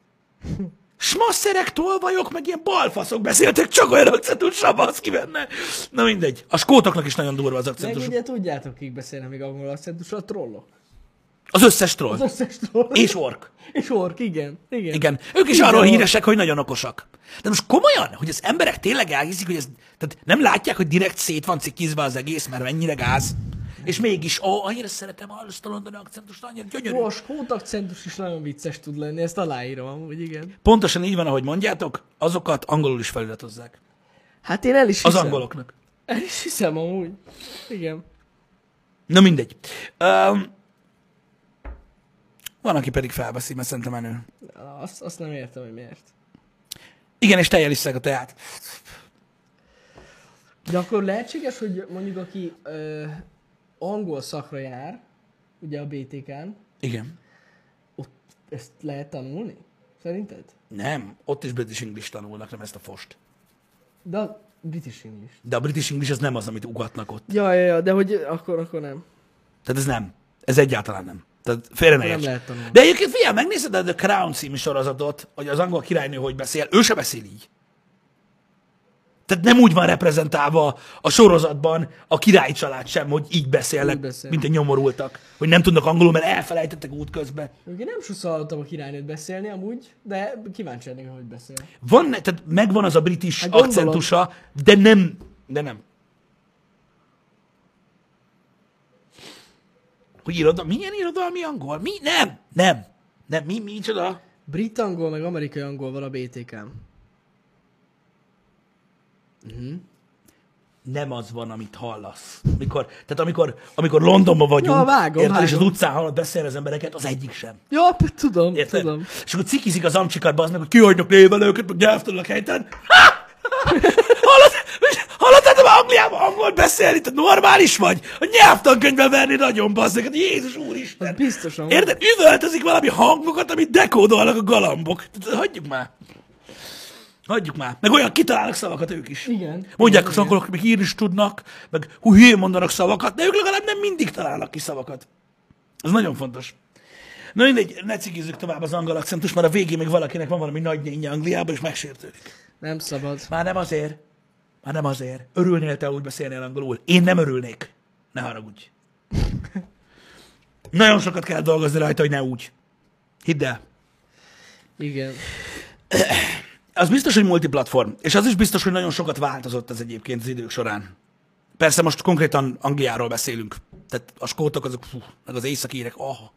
Speaker 1: Smasszerek, tolvajok, meg ilyen balfaszok beszéltek, csak olyan akcentussal basz ki benne. Na mindegy. A skótoknak is nagyon durva az
Speaker 2: Meg
Speaker 1: akcentus.
Speaker 2: ugye tudjátok, kik beszélnek még angol akcentus, a trollok.
Speaker 1: Az összes
Speaker 2: Az
Speaker 1: troll.
Speaker 2: összes troll.
Speaker 1: És ork.
Speaker 2: És ork, igen. Igen.
Speaker 1: Igen. Ők is
Speaker 2: Igen,
Speaker 1: arról
Speaker 2: ork.
Speaker 1: híresek, hogy nagyon okosak. De most komolyan, hogy az emberek tényleg elhiszik, hogy ez, tehát nem látják, hogy direkt szét van cikizve az egész, mert mennyire gáz. És mégis, ó, annyira szeretem azt a londoni akcentust, annyira gyönyörű.
Speaker 2: Most skót akcentus is nagyon vicces tud lenni, ezt aláírom amúgy, igen.
Speaker 1: Pontosan így van, ahogy mondjátok, azokat angolul is feliratozzák.
Speaker 2: Hát én el is
Speaker 1: Az
Speaker 2: hiszem.
Speaker 1: angoloknak.
Speaker 2: El is hiszem amúgy. Igen.
Speaker 1: Na mindegy. Um, van, aki pedig felveszi, mert szerintem menő.
Speaker 2: Azt, azt nem értem, hogy miért.
Speaker 1: Igen, és tejjel isszák a teát.
Speaker 2: De akkor lehetséges, hogy mondjuk aki ö, angol szakra jár, ugye a BTK-n,
Speaker 1: Igen.
Speaker 2: ott ezt lehet tanulni? Szerinted?
Speaker 1: Nem, ott is British English tanulnak, nem ezt a fost.
Speaker 2: De a British English.
Speaker 1: De a British English az nem az, amit ugatnak ott.
Speaker 2: Ja, ja, ja, de hogy akkor, akkor nem.
Speaker 1: Tehát ez nem. Ez egyáltalán nem. Tehát félre ne
Speaker 2: Nem
Speaker 1: érts.
Speaker 2: lehet tanulni.
Speaker 1: De egyébként figyelj, megnézed a The Crown című sorozatot, hogy az angol királynő hogy beszél, ő se beszél így. Tehát nem úgy van reprezentálva a sorozatban a király család sem, hogy így beszélnek,
Speaker 2: Úgy beszél.
Speaker 1: mint a nyomorultak. Hogy nem tudnak angolul, mert elfelejtettek útközben.
Speaker 2: Ugye nem sosem hallottam a királynőt beszélni amúgy, de kíváncsi lennék, hogy beszél.
Speaker 1: Van, ne- tehát megvan az a british
Speaker 2: Hát
Speaker 1: hát
Speaker 2: gondolom.
Speaker 1: akcentusa, de nem, de nem. Hogy iroda, milyen irodalmi angol? Mi? Nem, nem, nem, mi, mi, micsoda?
Speaker 2: Brit angol meg amerikai angol van a BTK-n.
Speaker 1: Nem az van, amit hallasz. Mikor, tehát amikor, amikor Londonban vagyunk,
Speaker 2: Ja, vágom,
Speaker 1: érted, és az
Speaker 2: vágom.
Speaker 1: utcán hallod beszélni az embereket, az egyik sem.
Speaker 2: Ja, p- tudom,
Speaker 1: Érted?
Speaker 2: tudom.
Speaker 1: És akkor cikizik az amcsikat, bazd meg, hogy kihagynak néven őket, meg nyelvtelen a helyten. Ha! Hallott, hallottad már Angliában angol beszélni? Te normális vagy? A nyelvtankönyvben verni nagyon bazd meg. Hát Jézus úristen.
Speaker 2: Az biztos amúgy.
Speaker 1: Érted? Üvöltözik valami hangokat, amit dekódolnak a galambok. Tehát hagyjuk már. Hagyjuk már. Meg olyan kitalálnak szavakat ők is.
Speaker 2: Igen.
Speaker 1: Mondják
Speaker 2: Igen,
Speaker 1: az angolok, még írni is tudnak, meg hú, hülyén mondanak szavakat, de ők legalább nem mindig találnak ki szavakat. Ez nagyon fontos. Na mindegy, ne cigizzük tovább az angol akcentus, mert a végén még valakinek van valami nagy nénye Angliában, és megsértődik.
Speaker 2: Nem szabad.
Speaker 1: Már nem azért. Már nem azért. Örülnél te, ha úgy beszélnél angolul? Én nem örülnék. Ne <laughs> haragudj. Nagyon sokat kell dolgozni rajta, hogy ne úgy. Hidd el.
Speaker 2: Igen.
Speaker 1: Az biztos, hogy multiplatform, és az is biztos, hogy nagyon sokat változott ez egyébként az idők során. Persze most konkrétan Angliáról beszélünk. Tehát a skótok azok, fú, meg az északírek, aha,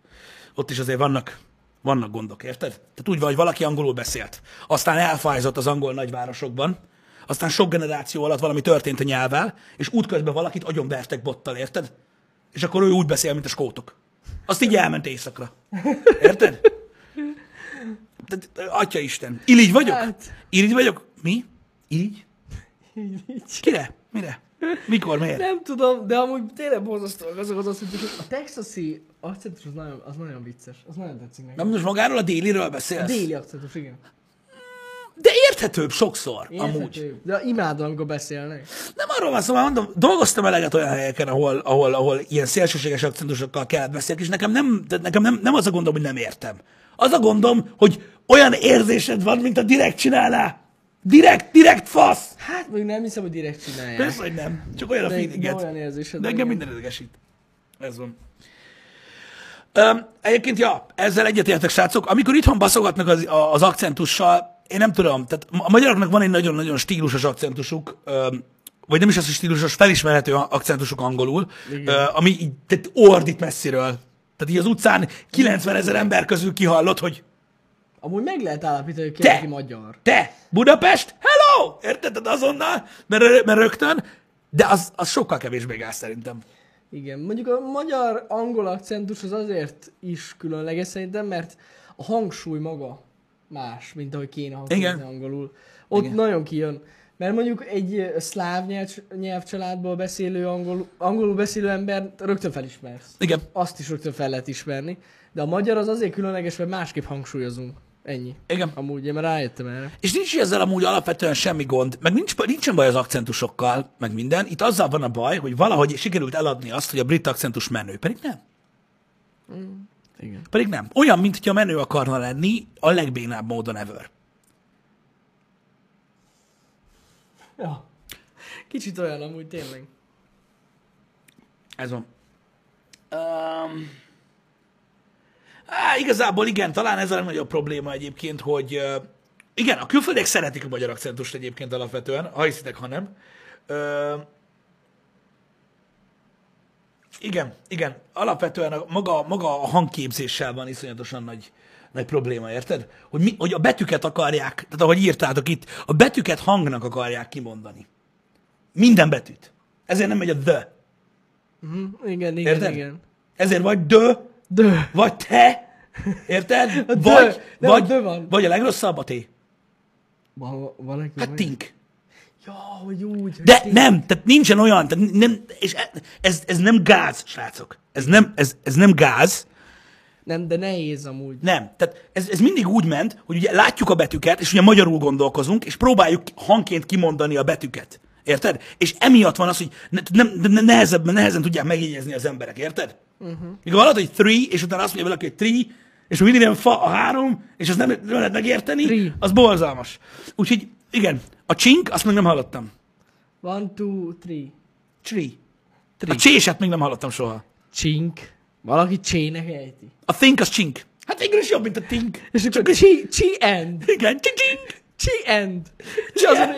Speaker 1: ott is azért vannak, vannak gondok, érted? Tehát úgy van, hogy valaki angolul beszélt, aztán elfájzott az angol nagyvárosokban, aztán sok generáció alatt valami történt a nyelvvel, és útközben valakit agyonvertek bottal, érted? És akkor ő úgy beszél, mint a skótok. Azt így elment éjszakra. Érted? Tehát, Atya Isten. Irigy vagyok?
Speaker 2: Hát.
Speaker 1: Irigy vagyok? Mi? Irigy?
Speaker 2: Így, így.
Speaker 1: Kire? Mire? Mikor? Miért?
Speaker 2: Nem tudom, de amúgy tényleg borzasztóak azok az akcentusok. A texasi akcentus az nagyon, az nagyon vicces. Az nagyon tetszik nekem.
Speaker 1: Nem most magáról a déliről beszélsz?
Speaker 2: A déli akcentus, igen.
Speaker 1: De érthetőbb sokszor, érthetőbb. amúgy.
Speaker 2: Érthető. De imádom, amikor beszélnek.
Speaker 1: Nem arról van szó, már mondom, dolgoztam eleget olyan helyeken, ahol, ahol, ahol ilyen szélsőséges akcentusokkal kellett beszélni, és nekem, nem, tehát nekem nem, nem az a gondom, hogy nem értem. Az a gondom, hogy olyan érzésed van, mint a direkt csinálná. Direkt, direkt fasz!
Speaker 2: Hát még nem hiszem, hogy direkt csinálják.
Speaker 1: Persze, hogy nem. Csak olyan a
Speaker 2: De- de
Speaker 1: feelinget.
Speaker 2: olyan érzésed
Speaker 1: De
Speaker 2: van,
Speaker 1: engem
Speaker 2: igen.
Speaker 1: minden idegesít. Ez van. Öm, egyébként, ja, ezzel egyetértek, srácok. Amikor itthon baszogatnak az, a- az akcentussal, én nem tudom, tehát a magyaroknak van egy nagyon-nagyon stílusos akcentusuk, öm, vagy nem is az, hogy stílusos, felismerhető a- akcentusuk angolul, ö, ami így tehát ordít messziről. Tehát így az utcán 90 ezer ember közül kihallott, hogy
Speaker 2: Amúgy meg lehet állapítani, hogy ki
Speaker 1: Te!
Speaker 2: aki magyar.
Speaker 1: te, Budapest, hello! Érted? Tehát azonnal, mert, mert rögtön, de az, az sokkal kevésbé gáz szerintem.
Speaker 2: Igen, mondjuk a magyar-angol akcentus az azért is különleges szerintem, mert a hangsúly maga más, mint ahogy kéne
Speaker 1: Igen.
Speaker 2: hangolni angolul. Ott
Speaker 1: Igen.
Speaker 2: Igen. nagyon kijön. Mert mondjuk egy ö, szláv nyelv, nyelvcsaládból beszélő angol, angolul beszélő ember rögtön felismersz.
Speaker 1: Igen.
Speaker 2: Azt is rögtön fel lehet ismerni. De a magyar az azért különleges, mert másképp hangsúlyozunk. Ennyi.
Speaker 1: Igen.
Speaker 2: Amúgy én már rájöttem erre.
Speaker 1: És nincs ezzel amúgy alapvetően semmi gond, meg nincs, nincsen baj az akcentusokkal, meg minden. Itt azzal van a baj, hogy valahogy sikerült eladni azt, hogy a brit akcentus menő, pedig nem.
Speaker 2: Igen.
Speaker 1: Pedig nem. Olyan, mint hogyha menő akarna lenni a legbénább módon ever.
Speaker 2: Ja. Kicsit olyan amúgy tényleg.
Speaker 1: Ez van. Um, á, igazából igen, talán ez a legnagyobb probléma egyébként, hogy ö, igen, a külföldiek szeretik a magyar akcentust egyébként alapvetően, ha hiszitek, ha nem. Ö, igen, igen, alapvetően a, maga, maga a hangképzéssel van iszonyatosan nagy, nagy probléma, érted? Hogy, mi, hogy a betűket akarják, tehát ahogy írtátok itt, a betűket hangnak akarják kimondani. Minden betűt. Ezért nem megy a the.
Speaker 2: Mhm, Igen, igen,
Speaker 1: Érted?
Speaker 2: igen.
Speaker 1: Ezért vagy dö,
Speaker 2: Dö.
Speaker 1: vagy te, érted?
Speaker 2: <laughs> A dö.
Speaker 1: Vagy,
Speaker 2: Nem,
Speaker 1: vagy,
Speaker 2: a dö van.
Speaker 1: vagy a legrosszabb a té.
Speaker 2: Van, van neki
Speaker 1: Hát
Speaker 2: van-
Speaker 1: tink.
Speaker 2: Ja, hogy úgy. hogy
Speaker 1: De
Speaker 2: tink.
Speaker 1: nem, tehát nincsen olyan, tehát nem, és e- ez, ez nem gáz, srácok. Ez nem, ez, ez nem gáz,
Speaker 2: Nem, de nehéz amúgy.
Speaker 1: nem. Tehát ez, ez mindig úgy ment, hogy ugye látjuk a betűket, és ugye magyarul gondolkozunk, és próbáljuk hangként kimondani a betűket. Érted? És emiatt van az, hogy ne, nem, ne, nehezebb, nehezen tudják megjegyezni az emberek, érted? Uh-huh. Mikor hallod, hogy three, és utána azt mondja valaki, hogy three, és még mindig nem fa a három, és azt nem, nem lehet megérteni,
Speaker 2: Three.
Speaker 1: az borzalmas. Úgyhogy igen, a csink, azt még nem hallottam.
Speaker 2: One, two, three.
Speaker 1: Tree. A cséset még nem hallottam soha.
Speaker 2: Csink. Valaki csének ejti.
Speaker 1: A think az csink. Hát végül is jobb, mint a think.
Speaker 2: És akkor csi, csi end.
Speaker 1: Igen, csink, csink.
Speaker 2: Csi end. Csi azon,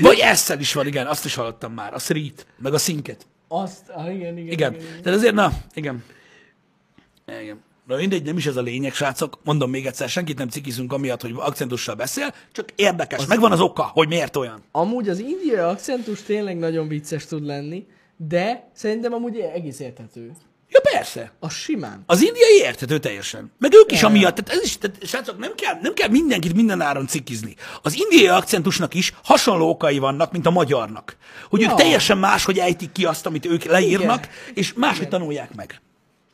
Speaker 1: Vagy ezzel is van, igen, azt is hallottam már, a szrít, meg a szinket.
Speaker 2: azt, ah, igen, igen,
Speaker 1: Igen.
Speaker 2: igen. igen.
Speaker 1: Tehát azért, na, igen. Igen. Na mindegy, nem is ez a lényeg, srácok. Mondom még egyszer, senkit nem cikizünk amiatt, hogy akcentussal beszél, csak érdekes. Megvan az oka, hogy miért olyan.
Speaker 2: Amúgy az indiai akcentus tényleg nagyon vicces tud lenni, de szerintem amúgy egész érthető.
Speaker 1: Ja, persze.
Speaker 2: A simán.
Speaker 1: Az indiai érthető teljesen. Meg ők is
Speaker 2: Ja, ja.
Speaker 1: amiatt, tehát ez is, tehát, srácok, nem kell, nem kell mindenkit mindenáron cikizni. Az indiai akcentusnak is hasonló okai vannak, mint a magyarnak. Hogy ők
Speaker 2: Ja.
Speaker 1: teljesen máshogy ejtik ki azt, amit ők leírnak,
Speaker 2: Igen.
Speaker 1: és máshogy tanulják meg.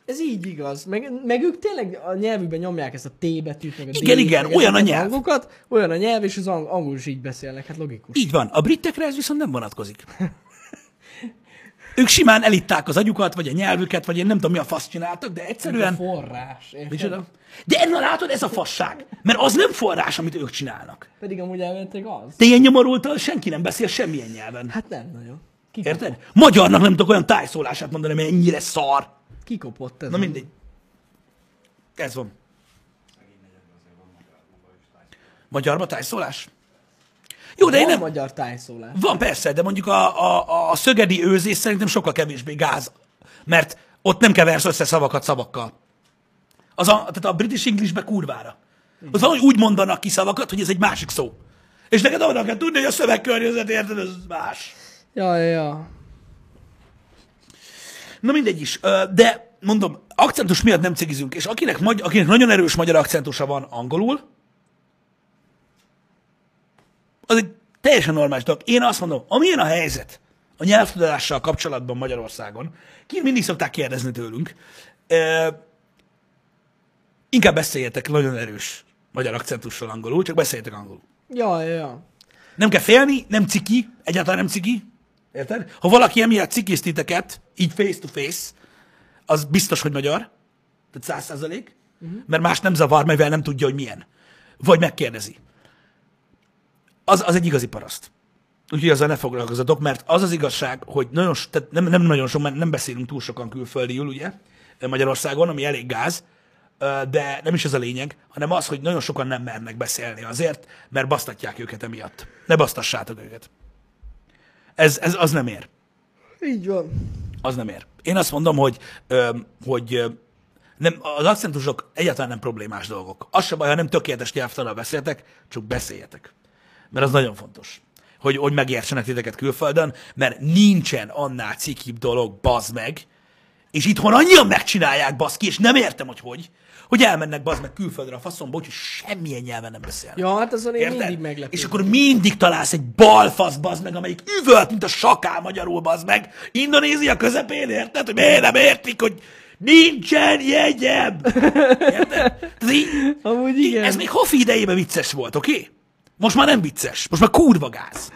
Speaker 2: Ez így igaz. Meg, meg ők tényleg a nyelvükben nyomják ezt a T betűt, meg a
Speaker 1: Igen,
Speaker 2: D-t,
Speaker 1: igen,
Speaker 2: meg
Speaker 1: olyan a
Speaker 2: ezeket
Speaker 1: nyelv.
Speaker 2: Hangokat, olyan a nyelv, és az ang- angol is így beszélnek, hát logikus.
Speaker 1: Így van. A britekre ez viszont nem vonatkozik. Ők simán elitták az agyukat, vagy a nyelvüket, vagy én nem tudom, mi a fasz csináltak, de
Speaker 2: A
Speaker 1: egyszerűen...
Speaker 2: forrás, érted?
Speaker 1: Micsoda? De ennél látod, ez a fasság. Mert az nem forrás, amit ők csinálnak.
Speaker 2: Pedig amúgy elmentek az.
Speaker 1: De ilyen nyomorultal senki nem beszél semmilyen nyelven.
Speaker 2: Hát nem nagyon. Ki
Speaker 1: Érted? Magyarnak nem tudok olyan tájszólását mondani, mert ennyire szar.
Speaker 2: Kikopott ez.
Speaker 1: Na
Speaker 2: a-
Speaker 1: mindegy. Ez van. Magyarba tájszólás? Jó, de én
Speaker 2: Van
Speaker 1: nem...
Speaker 2: magyar tájszólás.
Speaker 1: Van persze, de mondjuk a, a, a szögedi őzés szerintem sokkal kevésbé gáz, mert ott nem keversz össze szavakat szavakkal. Az a, tehát a British Englishbe kurvára. Az valahogy úgy mondanak ki szavakat, hogy ez egy másik szó. És neked arra kell tudni, hogy a szövegkörnyezet érted, ez más.
Speaker 2: Ja, ja, ja.
Speaker 1: Na mindegy is, ö, de mondom, akcentus miatt nem cigizünk, és akinek, magy- akinek nagyon erős magyar akcentusa van angolul, az egy teljesen normális dolog. Én azt mondom, amilyen a helyzet a nyelvtudással kapcsolatban Magyarországon, ki mindig szokták kérdezni tőlünk, ö, inkább beszéljetek nagyon erős magyar akcentussal angolul, csak beszéljetek angolul.
Speaker 2: Ja, ja, ja.
Speaker 1: Nem kell félni, nem ciki, egyáltalán nem ciki. Érted? Ha valaki emiatt cikiszt titeket, így face to face, az biztos, hogy magyar. Tehát száz százalék. Mert más nem zavar, mivel nem tudja, hogy milyen. Vagy megkérdezi. Az, az egy igazi paraszt. Úgyhogy azzal ne foglalkozatok, mert az az igazság, hogy nagyon, s- tehát nem, nem nagyon sok, mert nem beszélünk túl sokan külföldiül, ugye, Magyarországon, ami elég gáz, ö, de nem is ez a lényeg, hanem az, hogy nagyon sokan nem mernek beszélni azért, mert basztatják őket emiatt. Ne basztassátok őket. Ez, ez az nem ér
Speaker 2: Így van.
Speaker 1: az nem ér. Én azt mondom, hogy, ö, hogy ö, nem, az akcentusok egyáltalán nem problémás dolgok. Az se baj, ha nem tökéletes nyelvtanal beszéltek, csak beszéljetek. Mert az nagyon fontos. Hogy, hogy megértsenek titeket külföldön, mert nincsen annál cikibb dolog, bazd meg, És itthon annyian megcsinálják, baszki, és nem értem, hogy hogy, hogy elmennek, bazd meg külföldre a faszom, bocs, és semmilyen nyelven nem beszélnek.
Speaker 2: Ja, hát azon én
Speaker 1: Érted?
Speaker 2: mindig meglepődök.
Speaker 1: És akkor mindig találsz egy balfasz, bazd meg, amelyik üvölt, mint a sakál magyarul, bazd meg. Indonézia közepén, érted? Hogy miért nem értik, hogy nincsen jegyem. Érted? Tehát így,
Speaker 2: Amúgy
Speaker 1: így-
Speaker 2: igen.
Speaker 1: Ez még hafi idejében vicces volt, oké? Okay? Most már nem vicces. Most már kurva gáz.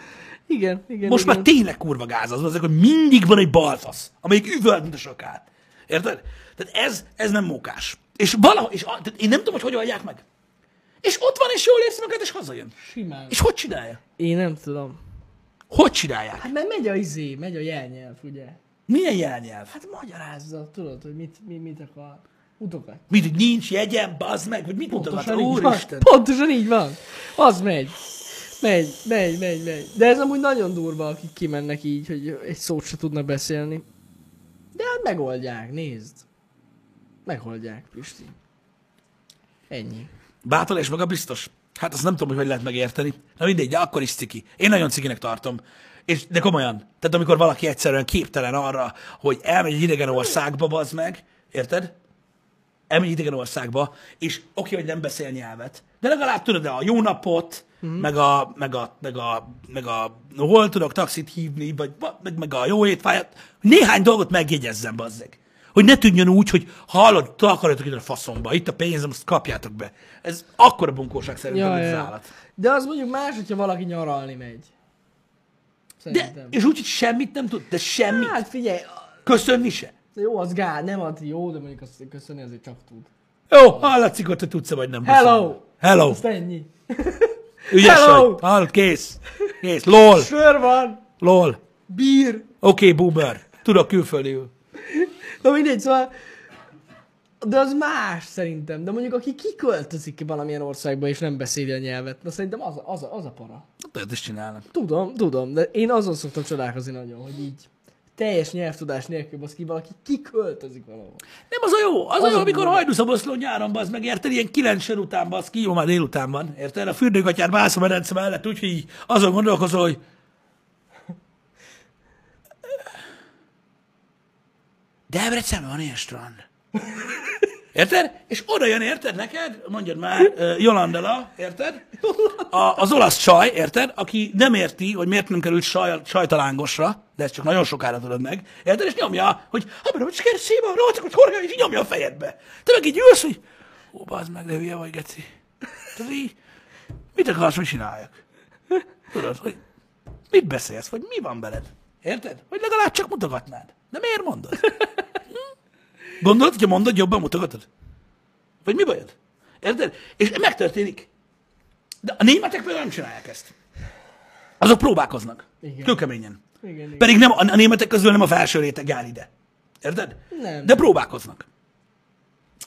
Speaker 2: Igen, igen,
Speaker 1: Most
Speaker 2: igen.
Speaker 1: már tényleg kurva gáz az, azért, hogy mindig van egy balfasz, amelyik üvölt, mint a sakál. Érted? Tehát ez, ez nem mókás. És valahogy, és a, tehát én nem tudom, hogy hogy oldják meg. És ott van, és jól érzi magát, és hazajön.
Speaker 2: Simán.
Speaker 1: És hogy csinálja?
Speaker 2: Én nem tudom.
Speaker 1: Hogy csinálják?
Speaker 2: Hát mert megy a izé, megy a jelnyelv, ugye?
Speaker 1: Milyen jelnyelv? Hát
Speaker 2: Hát magyarázza, tudod, hogy mit, mi, mit akar. Utokat.
Speaker 1: mit, hogy nincs jegyem, bazd meg, vagy mit mutogat?
Speaker 2: így van.
Speaker 1: Úristen.
Speaker 2: Pontosan így van. Az megy. Megy, megy, megy, megy. De ez amúgy nagyon durva, akik kimennek így, hogy egy szót se tudnak beszélni. De hát megoldják, nézd. Megoldják, Pisti. Ennyi.
Speaker 1: Bátor és maga biztos. Hát azt nem tudom, hogy hogy lehet megérteni. Na mindegy, de akkor is ciki. Én nagyon cikinek tartom. És, de komolyan. Tehát amikor valaki egyszerűen képtelen arra, hogy elmegy egy idegen országba, bazd meg, érted? Elmegy idegen országba, és oké, hogy nem beszél nyelvet, de legalább tudod, a jó napot,
Speaker 2: Mhm.
Speaker 1: mm-hmm. meg, a, meg, a, meg, a, meg a, hol tudok taxit hívni, vagy va- meg, meg a jó étvágyat, néhány dolgot megjegyezzem, bazzeg. Hogy ne tűnjön úgy, hogy hallod, takarjatok ide a faszomba, itt a pénzem, azt kapjátok be. Ez akkora bunkóság szerintem,
Speaker 2: Ja,
Speaker 1: hogy az
Speaker 2: ja.
Speaker 1: állat.
Speaker 2: De az mondjuk más, hogyha valaki nyaralni megy.
Speaker 1: De,
Speaker 2: Szerintem.
Speaker 1: és úgy, hogy semmit nem tud, de semmit.
Speaker 2: Hát figyelj,
Speaker 1: Köszönni se.
Speaker 2: jó, az gál, nem ad jó, de mondjuk azt köszönni azért csak tud.
Speaker 1: Jó, hallatszik, hogy te tudsz vagy nem.
Speaker 2: Hello!
Speaker 1: Hello!
Speaker 2: Azt ennyi.
Speaker 1: Ügyes
Speaker 2: Hello!
Speaker 1: vagy. Hallod, kész. Kész. LOL.
Speaker 2: Sör van,
Speaker 1: LOL.
Speaker 2: bír,
Speaker 1: Oké, okay, boomer. Tudok külföldiül.
Speaker 2: Na mindegy, szóval... De az más szerintem. De mondjuk aki kiköltözik ki valamilyen országba és nem beszéli a nyelvet, na szerintem az a, az a, az a para.
Speaker 1: Hát ezt is csinálnak.
Speaker 2: Tudom, tudom, de én azon szoktam csodálkozni nagyon, hogy így teljes nyelvtudás nélkül az ki valaki kiköltözik valahol.
Speaker 1: Nem az a jó, az, az a jó,
Speaker 2: a
Speaker 1: amikor
Speaker 2: durva.
Speaker 1: hajdúszoboszlón nyáron, bazd meg, érted? Ilyen kilencsön után, bazd ki, jó, már délután van, érted? A fürdőgatyán válsz a medence mellett, úgyhogy így azon gondolkozol, hogy Debrecenben van ilyen strand. Érted? És oda jön, érted neked, mondjad már, uh, Jolandela, érted? A, az olasz csaj, érted? Aki nem érti, hogy miért nem került saj, sajtalángosra, de ezt csak nagyon sokára tudod meg, érted? És nyomja, hogy ha benne, hogy sikerül szépen, rólcsak, hogy horgál, és így nyomja a fejedbe. Te meg így ülsz, hogy ó, bazd meg, de hülye vagy, geci. Tehát így, mit akarsz, hogy csináljak? Tudod, hogy mit beszélsz, vagy mi van veled? Érted? Hogy legalább csak mutogatnád. De miért mondod? Gondolod, hogyha mondod, jobban mutogatod? Vagy mi bajod? Érted? És megtörténik. De a németek például nem csinálják ezt. Azok próbálkoznak.
Speaker 2: Igen.
Speaker 1: Kőkeményen.
Speaker 2: Igen, igen.
Speaker 1: Pedig nem, a a németek közül nem a felső réteg áll ide. Érted?
Speaker 2: Nem.
Speaker 1: De próbálkoznak.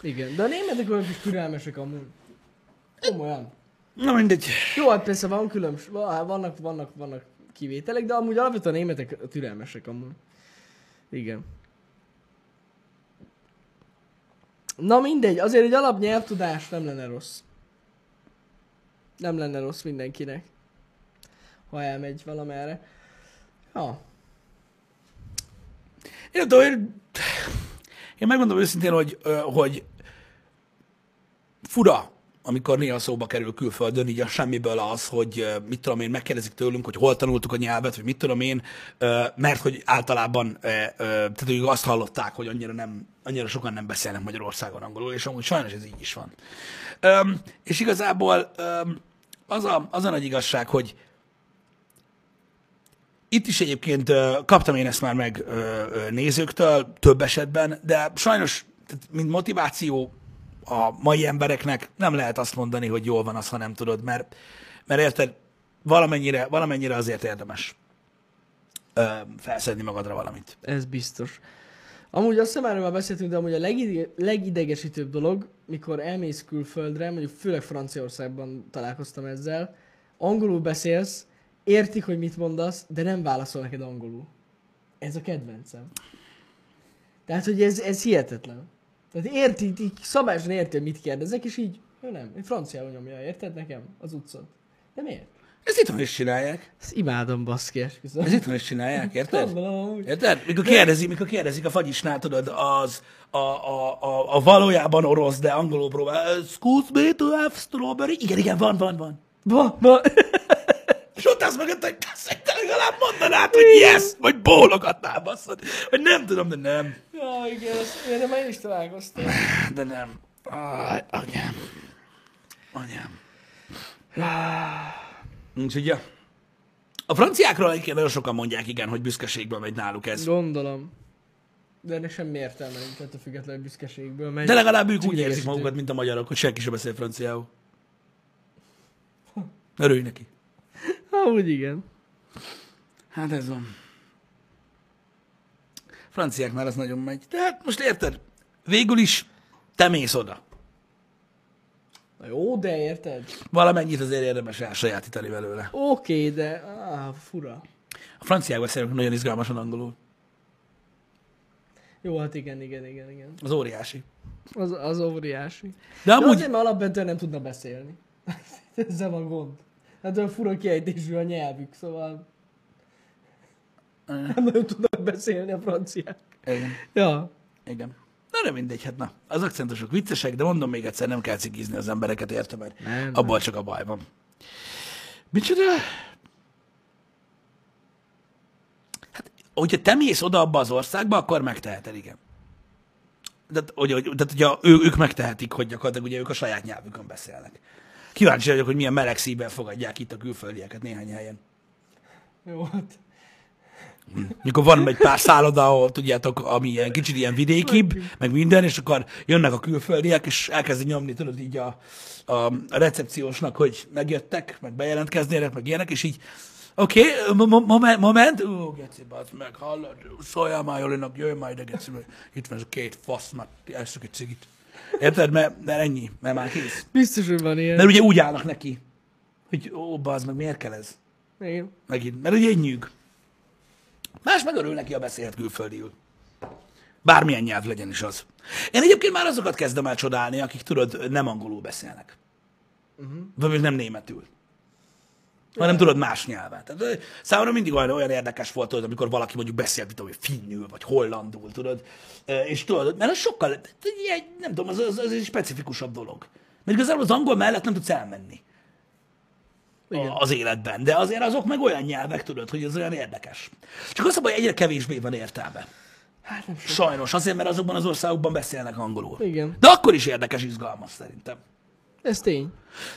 Speaker 2: Igen, de a németek olyan kis türelmesek amúgy. Komolyan.
Speaker 1: Na mindegy.
Speaker 2: Jó, hát persze van különbs, va- vannak, vannak, vannak kivételek, de amúgy alapvetően a németek türelmesek amúgy. Igen. Na mindegy, azért egy alapnyelvtudás nem lenne rossz. Nem lenne rossz mindenkinek. Ha elmegy valamerre. Ja.
Speaker 1: Én, nem tudom, én, én megmondom őszintén, hogy, ö, hogy fura, amikor néha szóba kerül külföldön, így a semmiből az, hogy ö, mit tudom én, megkérdezik tőlünk, hogy hol tanultuk a nyelvet, vagy mit tudom én, ö, mert hogy általában ö, ö, tehát hogy azt hallották, hogy annyira, nem, annyira sokan nem beszélnek Magyarországon angolul, és amúgy sajnos ez így is van. Öm, és igazából öm, az, a, az a nagy igazság, hogy itt is egyébként ö, kaptam én ezt már meg ö, ö, nézőktől több esetben, de sajnos, tehát, mint motiváció a mai embereknek nem lehet azt mondani, hogy jól van az, ha nem tudod, mert, mert érted, valamennyire, valamennyire azért érdemes ö, felszedni magadra valamit.
Speaker 2: Ez biztos. Amúgy azt hiszem erről már beszéltünk, de amúgy a legide- legidegesítőbb dolog, mikor elmész külföldre, mondjuk főleg Franciaországban találkoztam ezzel, angolul beszélsz, értik, hogy mit mondasz, de nem válaszol neked angolul. Ez a kedvencem. Tehát, hogy ez, ez hihetetlen. Tehát érti, így szabályosan érti, hogy mit kérdezek, és így, ő nem, egy franciául nyomja, érted nekem az utcot. De miért?
Speaker 1: Ezt itthon is csinálják.
Speaker 2: Ezt imádom, baszki, esküszöm.
Speaker 1: Ezt itthon is csinálják, érted?
Speaker 2: Gondolom, amúgy.
Speaker 1: Érted? Mikor kérdezik, mikor kérdezik a fagyisnál, tudod, az a, a, a, a valójában orosz, de angolul próbál. Excuse me to have strawberry? Igen, igen, van, van, van.
Speaker 2: Ba, ba. <laughs>
Speaker 1: És ott az mögött, hogy szerintem legalább mondanád, hogy yes, vagy bólogatnál, basszod. Vagy nem tudom, de nem.
Speaker 2: Ja, igen, ezt- erre már én is találkoztam.
Speaker 1: De nem. Aj, anyám. Anyám. Úgyhogy, ja. A franciákról egyébként nagyon sokan mondják, igen, hogy büszkeségből megy náluk ez.
Speaker 2: Gondolom. De ennek semmi értelme nincs, ettől függetlenül büszkeségből megy.
Speaker 1: De legalább ők úgy érzik
Speaker 2: Idegesítő.
Speaker 1: magukat, mint a magyarok, hogy senki sem beszél franciául. Örülj neki.
Speaker 2: Ha, úgy igen.
Speaker 1: Hát ez van. Franciáknál az nagyon megy. De hát most érted, végül is te mész oda.
Speaker 2: Na jó, de érted?
Speaker 1: Valamennyit azért érdemes elsajátítani belőle.
Speaker 2: Oké, de... Ah, fura.
Speaker 1: A franciák beszélnek nagyon izgalmasan angolul.
Speaker 2: Jó, hát igen, igen, igen, igen.
Speaker 1: Az óriási.
Speaker 2: Az, az
Speaker 1: De
Speaker 2: óriási. Amúgy... De
Speaker 1: amúgy,
Speaker 2: azért, mert alapvetően nem tudna beszélni. <laughs> Ezzel van gond. Hát olyan fura kiejtésű a nyelvük, szóval... Nem nagyon tudnak beszélni a franciák.
Speaker 1: Igen.
Speaker 2: Eh. Ja.
Speaker 1: Igen. Na, nem mindegy, hát na. Az akcentusok viccesek, de mondom még egyszer, nem kell cigizni az embereket, értem, mert
Speaker 2: Nem,
Speaker 1: abban csak a baj van. Micsoda? Hát, hogyha te mész oda abba az országba, akkor megteheted, igen. De, hogy, hogy, tehát ugye ő, ők megtehetik, hogy gyakorlatilag ugye ők a saját nyelvükön beszélnek. Kíváncsi vagyok, hogy milyen meleg szívvel fogadják itt a külföldieket néhány helyen.
Speaker 2: Jó, hát...
Speaker 1: Mikor van egy pár szálloda, ahol tudjátok, ami ilyen kicsit ilyen vidékibb, meg minden, és akkor jönnek a külföldiek, és elkezdi nyomni, tudod, így a, a, a recepciósnak, hogy megjöttek, meg bejelentkeznének, meg ilyenek, és így Oké, okay, moment, moment. Ú, geci, bazd meg, hallod? Szóljál már Jolinak, jöjj már ide, geci. meg. Itt van ez a két fasz, már elszök egy cigit. Érted? Mert, mert ennyi, mert már kész.
Speaker 2: Biztos, hogy van ilyen.
Speaker 1: Mert ugye úgy állnak neki, hogy ó, bazd meg, miért kell ez?
Speaker 2: Igen.
Speaker 1: Megint, mert ugye egy nyűg. Más megörül neki, ha beszélhet külföldiül. Bármilyen nyelv legyen is az. Én egyébként már azokat kezdem el csodálni, akik tudod, nem angolul beszélnek. Uh-huh. Vagy még nem németül. Hanem tudod, más nyelven. Tehát, ö, számomra mindig olyan, olyan érdekes volt, tudod, amikor valaki mondjuk beszél, mit tudom, én, finnül, vagy hollandul, tudod. Ö, És tudod, mert az sokkal, tehát ilyen, nem tudom, az, az, az egy specifikusabb dolog. Mert igazából az angol mellett nem tudsz elmenni
Speaker 2: Igen.
Speaker 1: a- az életben. De azért azok meg olyan nyelvek, tudod, hogy ez olyan érdekes. Csak az a baj, egyre kevésbé van értelme.
Speaker 2: Hát nem sok.
Speaker 1: Sajnos, azért, mert azokban az országokban beszélnek angolul.
Speaker 2: Igen.
Speaker 1: De akkor is érdekes, izgalmas szerintem.
Speaker 2: Ez tény.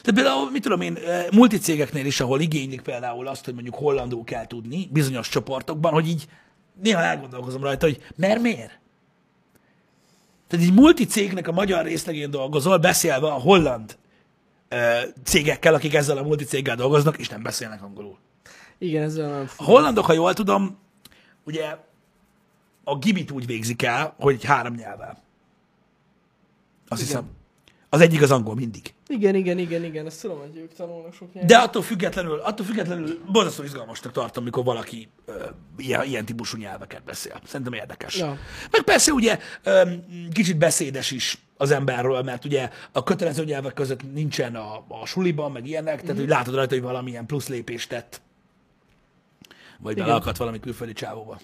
Speaker 1: Tehát például, mit tudom én, eh, multicégeknél is, ahol igénylik például azt, hogy mondjuk hollandul kell tudni bizonyos csoportokban, hogy így néha elgondolkozom rajta, hogy mert miért? Tehát egy multicégnek a magyar részlegén dolgozol, beszélve a holland eh, cégekkel, akik ezzel a multicéggel dolgoznak, és nem beszélnek angolul.
Speaker 2: Igen, ez olyan
Speaker 1: A hollandok, ha jól tudom, ugye a gibit úgy végzik el, hogy három nyelvvel. Azt hiszem. Az egyik az angol mindig.
Speaker 2: Igen, igen, igen, igen, azt tudom, hogy ők tanulnak sok nyelven.
Speaker 1: De attól függetlenül, attól függetlenül borzasztó izgalmasnak tartom, mikor valaki ö, ilyen, ilyen típusú nyelveket beszél. Szerintem érdekes.
Speaker 2: Ja.
Speaker 1: Meg persze ugye ö, kicsit beszédes is az emberről, mert ugye a kötelező nyelvek között nincsen a, a suliban, meg ilyenek, tehát
Speaker 2: Mhm.
Speaker 1: hogy látod rajta, hogy valamilyen plusz lépést tett. Vagy
Speaker 2: Igen.
Speaker 1: beleakadt valami külföldi csávóba.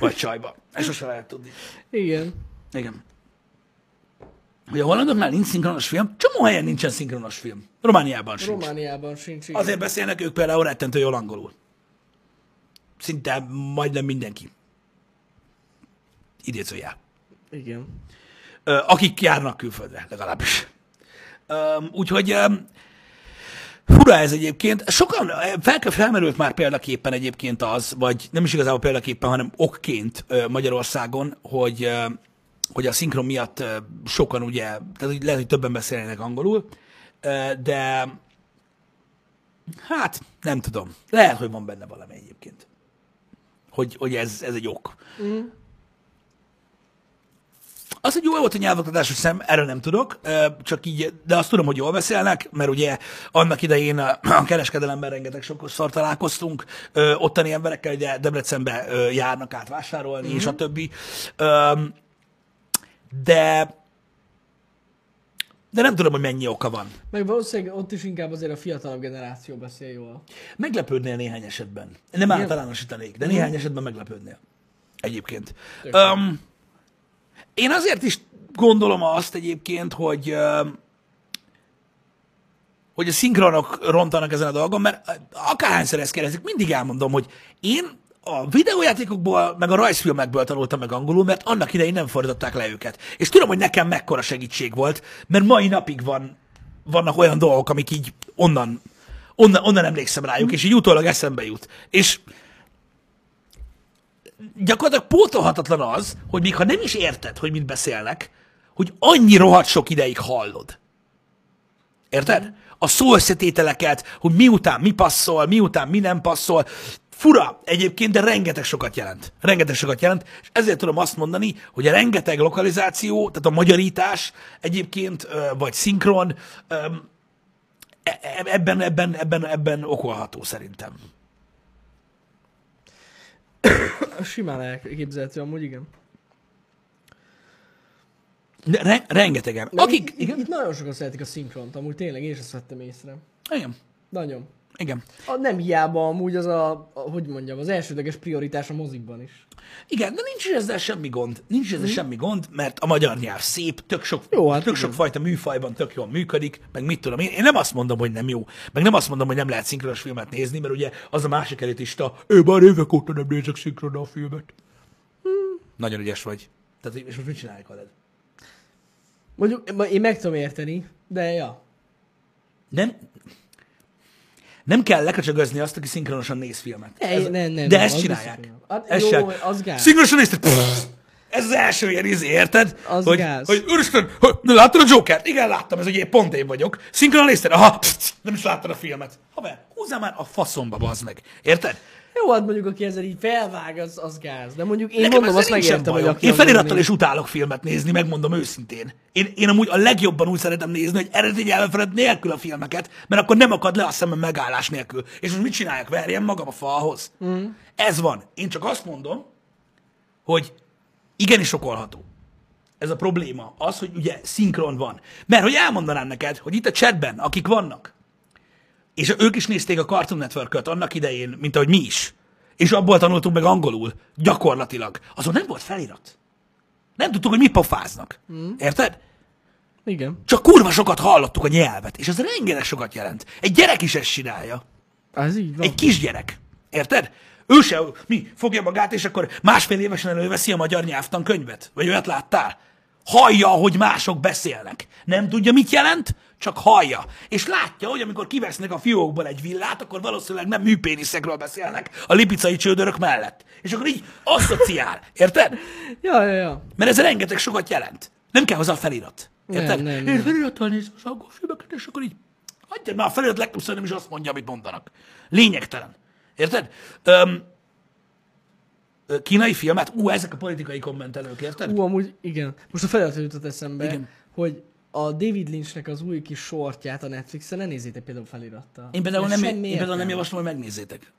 Speaker 1: Vagy csajba. Ezt sosem lehet tudni.
Speaker 2: Igen.
Speaker 1: Igen. Ugye a hollandoknál nincs szinkronos film, csomó helyen nincsen szinkronos film. Romániában sincs.
Speaker 2: Romániában sincs. Igen.
Speaker 1: Azért beszélnek ők például rettentő jól angolul. Szinte majdnem mindenki. Idézőjel.
Speaker 2: Igen.
Speaker 1: Ö, Akik járnak külföldre, legalábbis. Öm, Úgyhogy öm, fura ez egyébként. Sokan fel, felmerült már példaképpen egyébként az, vagy nem is igazából példaképpen, hanem okként ö, Magyarországon, hogy, ö, hogy a szinkron miatt ö, sokan ugye, tehát hogy lehet, hogy többen beszélnek angolul, ö, de Hát, nem tudom. Lehet, hogy van benne valami egyébként. Hogy, hogy ez, ez egy ok. Mm. Az, hogy jó volt a nyelvoktatás, hogy szem, erről nem tudok, ö, csak így, de azt tudom, hogy jól beszélnek, mert ugye annak idején a, a kereskedelemben rengeteg sokszor találkoztunk, ö, ottani emberekkel, ugye Debrecenbe ö, járnak át vásárolni, mm-hmm. és a többi. Ö, de De nem tudom, hogy mennyi oka van.
Speaker 2: Meg valószínűleg ott is inkább azért a fiatalabb generáció beszél jól.
Speaker 1: Meglepődnél néhány esetben. Nem általánosítanék, de néhány esetben meglepődnél. Egyébként.
Speaker 2: Tök jó.
Speaker 1: Um, én azért is gondolom azt egyébként, hogy um, hogy a szinkronok rontanak ezen a dolgon, mert uh, akárhányszor ezt kérdezik, mindig elmondom, hogy én a videójátékokból, meg a rajzfilmekből tanultam meg angolul, mert annak idején nem fordították le őket. És tudom, hogy nekem mekkora segítség volt, mert mai napig van, vannak olyan dolgok, amik így onnan, onnan, onnan emlékszem rájuk, és így utólag eszembe jut. És gyakorlatilag pótolhatatlan az, hogy még ha nem is érted, hogy mit beszélnek, hogy annyi rohadt sok ideig hallod. Érted? A szó összetételeket, hogy miután mi passzol, miután mi nem passzol. Fura egyébként, de rengeteg sokat jelent. Rengeteg sokat jelent, és ezért tudom azt mondani, hogy a rengeteg lokalizáció, tehát a magyarítás egyébként, ö, vagy szinkron, ö, e- e- ebben, ebben, ebben, ebben okolható szerintem.
Speaker 2: Simán elképzelhető, amúgy igen.
Speaker 1: De re- rengetegen.
Speaker 2: Meg
Speaker 1: Akik,
Speaker 2: itt,
Speaker 1: igen,
Speaker 2: itt nagyon sokan szeretik a szinkront, amúgy tényleg én sem vettem észre.
Speaker 1: igen,
Speaker 2: Nagyon.
Speaker 1: igen.
Speaker 2: A, nem hiába amúgy az a, a, hogy mondjam, az elsődleges prioritás a mozikban is.
Speaker 1: Igen, de nincs is ezzel semmi gond. Nincs is ezzel semmi gond, mert a magyar nyelv szép, tök sok,
Speaker 2: Mhm. Jó, hát
Speaker 1: tök
Speaker 2: igen.
Speaker 1: sok fajta műfajban tök jól működik, meg mit tudom én. Én nem azt mondom, hogy nem jó, meg nem azt mondom, hogy nem lehet szinkronos filmet nézni, mert ugye az a másik elitista, ő már évek óta nem nézek szinkronon filmet.
Speaker 2: Mhm.
Speaker 1: Nagyon ügyes vagy. Tehát, és most mit csinálják veled?
Speaker 2: Mondjuk ma- én meg tudom érteni, de ja.
Speaker 1: Nem, nem kell leköcsögözni azt, aki szinkronosan néz filmet.
Speaker 2: Ne,
Speaker 1: Ez-
Speaker 2: ne, ne,
Speaker 1: de
Speaker 2: ne,
Speaker 1: ezt
Speaker 2: az
Speaker 1: csinálják.
Speaker 2: biztos, hogy nem. Hát
Speaker 1: Ezt
Speaker 2: jó,
Speaker 1: csinálják.
Speaker 2: az gáz.
Speaker 1: Szinkronosan nézted. Pff, Ez az első ilyen izé, érted?
Speaker 2: Az
Speaker 1: hogy,
Speaker 2: gáz.
Speaker 1: Hogy úristen, hogy, na, láttad a joker Igen, láttam, ez ugye pont én vagyok. Szinkronan nézted? Aha, pff, nem is láttad a filmet. Haver, húzzál már a faszomba, bazd meg. Érted?
Speaker 2: Jó, hát mondjuk aki ezzel így felvág, az, az gáz. De mondjuk én
Speaker 1: Nekem
Speaker 2: mondom, azt
Speaker 1: ezzel nincsen
Speaker 2: megértem, hogy
Speaker 1: bajom.
Speaker 2: aki
Speaker 1: Én
Speaker 2: azon
Speaker 1: felirattal
Speaker 2: néz-
Speaker 1: is utálok filmet nézni, megmondom őszintén. Én, én amúgy a legjobban úgy szeretem nézni, hogy eredeti nyelven felett nélkül a filmeket, mert akkor nem akad le a szemem megállás nélkül. És most mit csináljak? Verjem magam a falhoz. Mm.
Speaker 2: Hmm.
Speaker 1: Ez van. Én csak azt mondom, hogy igenis okolható. Ez a probléma. Az, hogy ugye szinkron van. Mert hogy elmondanám neked, hogy itt a chatben, akik vannak, és ők is nézték a Cartoon network annak idején, mint ahogy mi is. És abból tanultunk meg angolul, gyakorlatilag. Azon nem volt felirat. Nem tudtuk, hogy mi pofáznak. Érted?
Speaker 2: Igen.
Speaker 1: Csak kurva sokat hallottuk a nyelvet, és ez rengeteg sokat jelent. Egy gyerek is ezt csinálja.
Speaker 2: Az így van.
Speaker 1: Egy kisgyerek. Érted? Ő se, mi, fogja magát, és akkor másfél évesen előveszi a magyar nyelvtan könyvet. Vagy olyat láttál? Hallja, hogy mások beszélnek. Nem tudja, mit jelent, csak hallja. És látja, hogy amikor kivesznek a fiókból egy villát, akkor valószínűleg nem műpéniszekről beszélnek a lipicai csődörök mellett. És akkor így asszociál. Érted?
Speaker 2: Ja, ja, ja.
Speaker 1: Mert ez rengeteg sokat jelent. Nem kell hozzá a felirat. Érted?
Speaker 2: Nem, nem,
Speaker 1: Én
Speaker 2: nem.
Speaker 1: felirattal nézem az angol filmeket, és akkor így hagyjad már a felirat, legtöbbször nem is azt mondja, amit mondanak. Lényegtelen. Érted? Öm, ö, kínai filmet, ú, ezek a politikai kommentelők, érted?
Speaker 2: Ú, amúgy igen. Most a felirat jutott eszembe,
Speaker 1: Igen.
Speaker 2: igen. hogy a David Lynchnek az új kis sortját a Netflixen ne nézzétek például felirattal.
Speaker 1: én például,
Speaker 2: Mert
Speaker 1: nem,
Speaker 2: semmi
Speaker 1: én például nem
Speaker 2: értelme.
Speaker 1: javaslom, hogy megnézzétek.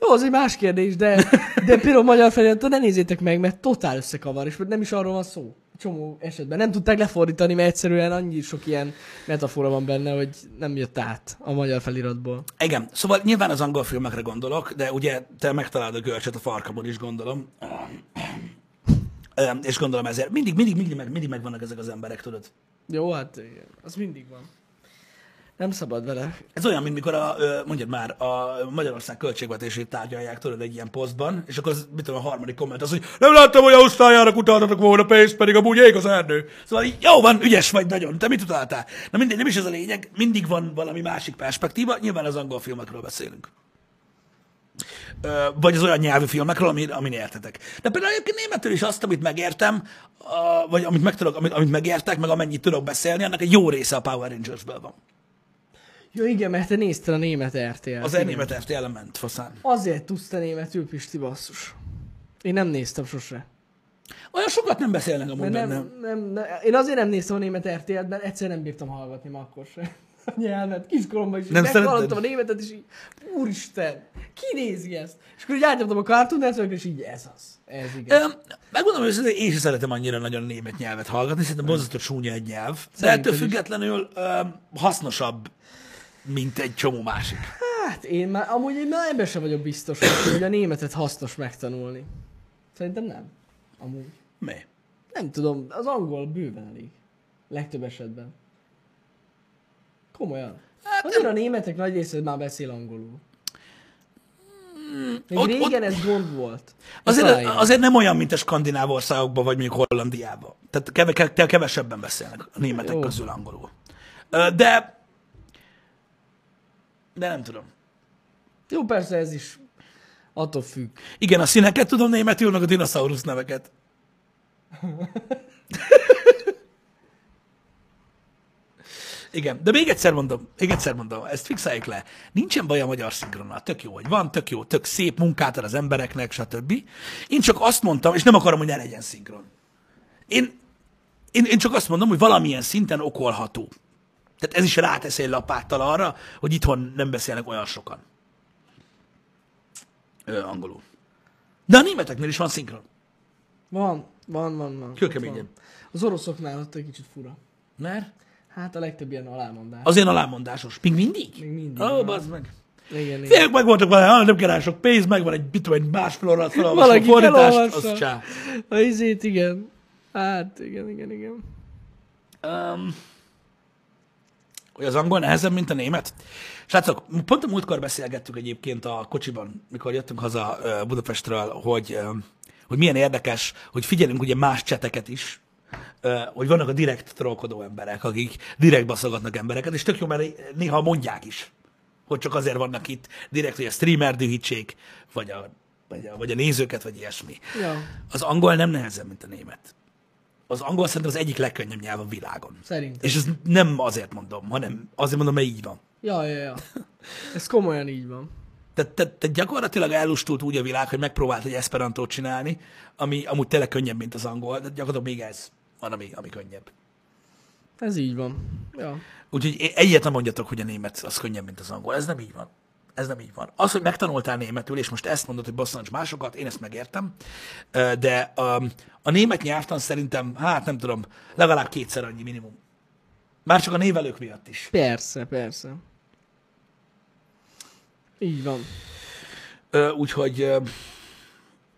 Speaker 2: Jó, az egy más kérdés, de,
Speaker 1: <laughs>
Speaker 2: de például magyar felirattal ne nézzétek meg, mert totál összekavar, és nem is arról van szó. Csomó esetben. Nem tudták lefordítani, mert egyszerűen annyi sok ilyen metafora van benne, hogy nem jött át a magyar feliratból.
Speaker 1: Igen, szóval nyilván az angol filmekre gondolok, de ugye te megtalálod a görcset a farkamon is, gondolom. Öm, És gondolom ezért. Mindig, mindig, mindig, meg, mindig megvannak ezek az emberek, tudod.
Speaker 2: Jó, hát igen. Az mindig van. Nem szabad vele.
Speaker 1: Ez olyan, mint mikor a, ö, mondjad már, a Magyarország költségvetését tárgyalják tudod egy ilyen posztban, és akkor az, mit tudom, a harmadik komment az, hogy nem láttam, hogy Ausztráliának utáltatok volna pénzt, pedig amúgy ég az erdő. Szóval így, jó van, ügyes vagy nagyon, te mit utáltál? Na mindegy, nem is ez a lényeg, mindig van valami másik perspektíva, nyilván az angol filmekről beszélünk. Ö, vagy az olyan nyelvű filmekről, amin, amin értetek. De például egyébként németül is azt, amit megértem, a, vagy amit, meg tudok, amit, amit megértek, meg amennyit tudok beszélni, annak egy jó része a Power Rangersből van.
Speaker 2: Jó, igen, mert te nézted a német RTL.
Speaker 1: Az elnémet RTL ment, faszán.
Speaker 2: Azért tudsz te németül, Pisti, basszus. Én nem néztem sose.
Speaker 1: Olyan sokat nem beszélnek amúgy
Speaker 2: Mert nem,
Speaker 1: benne.
Speaker 2: nem, nem, én azért nem néztem a német RTL-t, mert egyszer nem bírtam hallgatni már akkor se. <laughs> A nyelvet, kiskoromban is.
Speaker 1: Nem
Speaker 2: Nem
Speaker 1: szeretted?
Speaker 2: Meghallottam a németet, és így, úristen, ki nézi ezt? És akkor így átnyomtam a Cartoon Network, és így ez az. Ez igen.
Speaker 1: Öm, megmondom őszintén, én sem szeretem annyira nagyon német nyelvet hallgatni, szerintem borzasztó csúnya egy nyelv. De
Speaker 2: Szerintem
Speaker 1: ettől
Speaker 2: is.
Speaker 1: függetlenül öm, hasznosabb, mint egy csomó másik.
Speaker 2: Hát én már, amúgy én már ebben sem vagyok biztos, hogy hogy a németet hasznos megtanulni. Szerintem nem. Amúgy.
Speaker 1: Mi?
Speaker 2: Nem tudom, az angol bőven elég. Legtöbb esetben. Komolyan.
Speaker 1: Hát
Speaker 2: Azért a németek nagy része már beszél angolul. Még
Speaker 1: ott-
Speaker 2: ott, régen ott... ez gond volt. Ezt
Speaker 1: Azért,
Speaker 2: aláírom.
Speaker 1: azért nem olyan, mint a skandináv országokban, vagy mondjuk Hollandiában. Tehát keve, ke- kevesebben beszélnek a németek
Speaker 2: Jó.
Speaker 1: közül angolul. Ö, De, de nem tudom.
Speaker 2: Jó, persze ez is attól függ.
Speaker 1: Igen, a színeket tudom németül, meg a dinoszaurusz neveket. Igen, de még egyszer mondom, még egyszer mondom, ezt fixáljuk le. Nincsen baj a magyar szinkronnal, tök jó, hogy van, tök jó, tök szép munkát ad az embereknek, stb. Én csak azt mondtam, és nem akarom, hogy ne legyen szinkron. Én, én, én csak azt mondom, hogy valamilyen szinten okolható. Tehát ez is rátesz egy lapáttal arra, hogy itthon nem beszélnek olyan sokan ö, angolul. De a németeknél is van szinkron.
Speaker 2: Van, van, van, van.
Speaker 1: Kőkeményen.
Speaker 2: Ott van. Az oroszoknál ott egy kicsit fura.
Speaker 1: Mert?
Speaker 2: Hát a legtöbb ilyen alámondás. Az...
Speaker 1: Az ilyen alámondásos. Még mindig?
Speaker 2: Még mindig.
Speaker 1: Ó, oh, bazd meg.
Speaker 2: Igen, igen.
Speaker 1: Félek, meg voltak vele, ah, nem kell rá sok pénz, meg van egy, mit tudom, egy másfél órát felolvasva a
Speaker 2: Valaki
Speaker 1: fordítást,
Speaker 2: felolvassa.
Speaker 1: az csá.
Speaker 2: A izét, igen. Hát, igen, igen, igen.
Speaker 1: Um, hogy az angol nehezebb, mint a német? Srácok, pont a múltkor beszélgettük egyébként a kocsiban, mikor jöttünk haza ö, Budapestről, hogy, ö, hogy milyen érdekes, hogy figyelünk ugye más cseteket is, ö, hogy vannak a direkt trollkodó emberek, akik direkt baszogatnak embereket, és tök jó, mert néha mondják is, hogy csak azért vannak itt, direkt, hogy a streamer dühítsék, vagy a, vagy a, vagy a nézőket, vagy ilyesmi.
Speaker 2: Ja,
Speaker 1: Az angol nem nehezebb, mint a német. Az angol szerintem az egyik legkönnyebb nyelv a világon.
Speaker 2: szerintem.
Speaker 1: És ezt nem azért mondom, hanem azért mondom, mert így van.
Speaker 2: Ja, ja, ja. Ez komolyan így van.
Speaker 1: Tehát te, te gyakorlatilag elustult úgy a világ, hogy megpróbált egy esperantót csinálni, ami amúgy tényleg könnyebb, mint az angol, de gyakorlatilag még ez van, ami, ami könnyebb.
Speaker 2: Ez így van. Ja.
Speaker 1: Úgyhogy é- egyet nem mondjatok, hogy a német az könnyebb, mint az angol. Ez nem így van. Ez nem így van. Az, hogy megtanultál németül, és most ezt mondod, hogy bosszancs másokat, én ezt megértem, Ö, de a, a német nyelvtan szerintem, hát nem tudom, legalább kétszer annyi minimum. Már csak a névelők miatt is.
Speaker 2: Persze, persze. Így van.
Speaker 1: Ö, úgyhogy ö,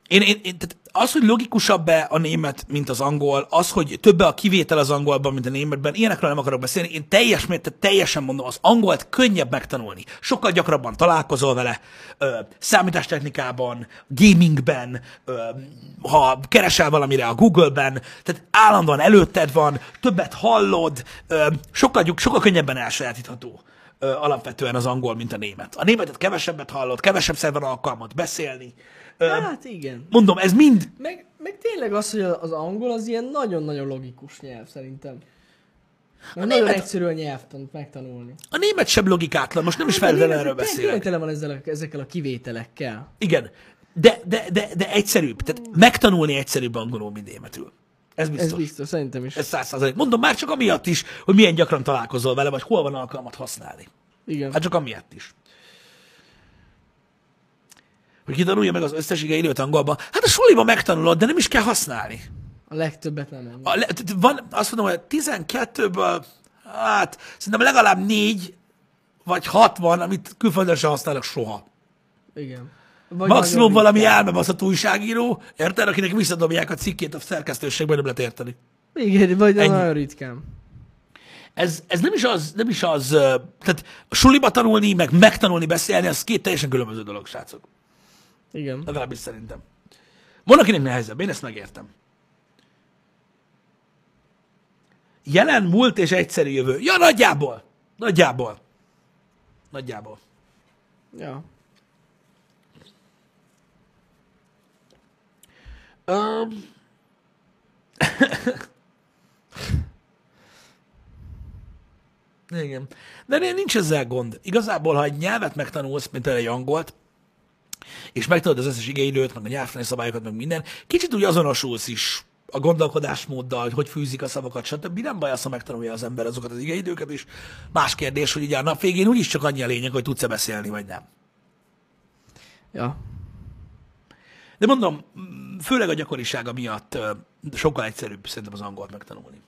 Speaker 1: én, én, én, tehát az, hogy logikusabb-e a német, mint az angol, az, hogy többe a kivétel az angolban, mint a németben, ilyenekről nem akarok beszélni. Én teljes mértékben teljesen mondom, az angolt könnyebb megtanulni. Sokkal gyakrabban találkozol vele, ö, számítástechnikában, gamingben, ö, ha keresel valamire a Google-ben, tehát állandóan előtted van, többet hallod, ö, sokkal, gyuk- sokkal könnyebben elsajátítható ö, alapvetően az angol, mint a német. A németet kevesebbet hallod, kevesebbszer van alkalmat beszélni. Ö,
Speaker 2: Hát igen.
Speaker 1: mondom, ez mind,
Speaker 2: Meg, meg tényleg az, hogy az angol az ilyen nagyon-nagyon logikus nyelv szerintem. Meg nagyon
Speaker 1: német-
Speaker 2: egyszerű a nyelvtant megtanulni.
Speaker 1: a német sem logikátlan, most nem is
Speaker 2: Hát a
Speaker 1: feltétlenül
Speaker 2: németek
Speaker 1: erről
Speaker 2: tényleg
Speaker 1: beszélek.
Speaker 2: Tele van ezzel, a- ezekkel a kivételekkel.
Speaker 1: Igen, de, de, de, de egyszerűbb, tehát megtanulni egyszerűbb angolul, mint németül. Ez
Speaker 2: Ez
Speaker 1: biztos.
Speaker 2: biztos, szerintem is.
Speaker 1: Ez száz százalék. Mondom, már csak amiatt is, hogy milyen gyakran találkozol vele, vagy hol van alkalmat használni.
Speaker 2: Igen.
Speaker 1: Hát csak amiatt is. Hogy kitanulja meg az összes igénylőt angolban. Hát a suliban megtanulod, de nem is kell használni.
Speaker 2: A legtöbbet nem ennyi.
Speaker 1: A, le- t- t- van, azt mondom, hogy 12-ből, hát szerintem legalább 4 vagy 6 van, amit külföldön sem használok soha.
Speaker 2: Igen. Vagy
Speaker 1: Maximum
Speaker 2: nagyon
Speaker 1: valami
Speaker 2: ritkán.
Speaker 1: elmebaszott újságíró, érted, akinek visszadobják a cikkét a szerkesztőségben, nem lehet érteni.
Speaker 2: Igen, vagy
Speaker 1: Ennyi.
Speaker 2: nagyon ritkán.
Speaker 1: Ez, ez nem is az, nem is az, ö, tehát a suliba tanulni, meg megtanulni beszélni, az két teljesen különböző dolog, srácok.
Speaker 2: Igen.
Speaker 1: Legalábbis szerintem. Van, akinek nehezebb, én ezt megértem. Jelen, múlt és egyszerű jövő. Ja, nagyjából. Nagyjából. Nagyjából.
Speaker 2: Ja.
Speaker 1: Um... Igen. De né- nincs ezzel gond. Igazából, ha egy nyelvet megtanulsz, mint például egy angolt, és megtanulod az összes igénylőt, meg a nyelvtani szabályokat, meg minden, kicsit úgy azonosulsz is a gondolkodásmóddal, hogy hogy fűzik a szavakat, stb. Nem baj az, ha megtanulja az ember azokat az igénylőket is. Más kérdés, hogy ugye a nap végén úgyis csak annyi a lényeg, hogy tudsz-e beszélni, vagy nem.
Speaker 2: Ja.
Speaker 1: De mondom, m- főleg a gyakorisága miatt ö, sokkal egyszerűbb szerintem az angolt megtanulni.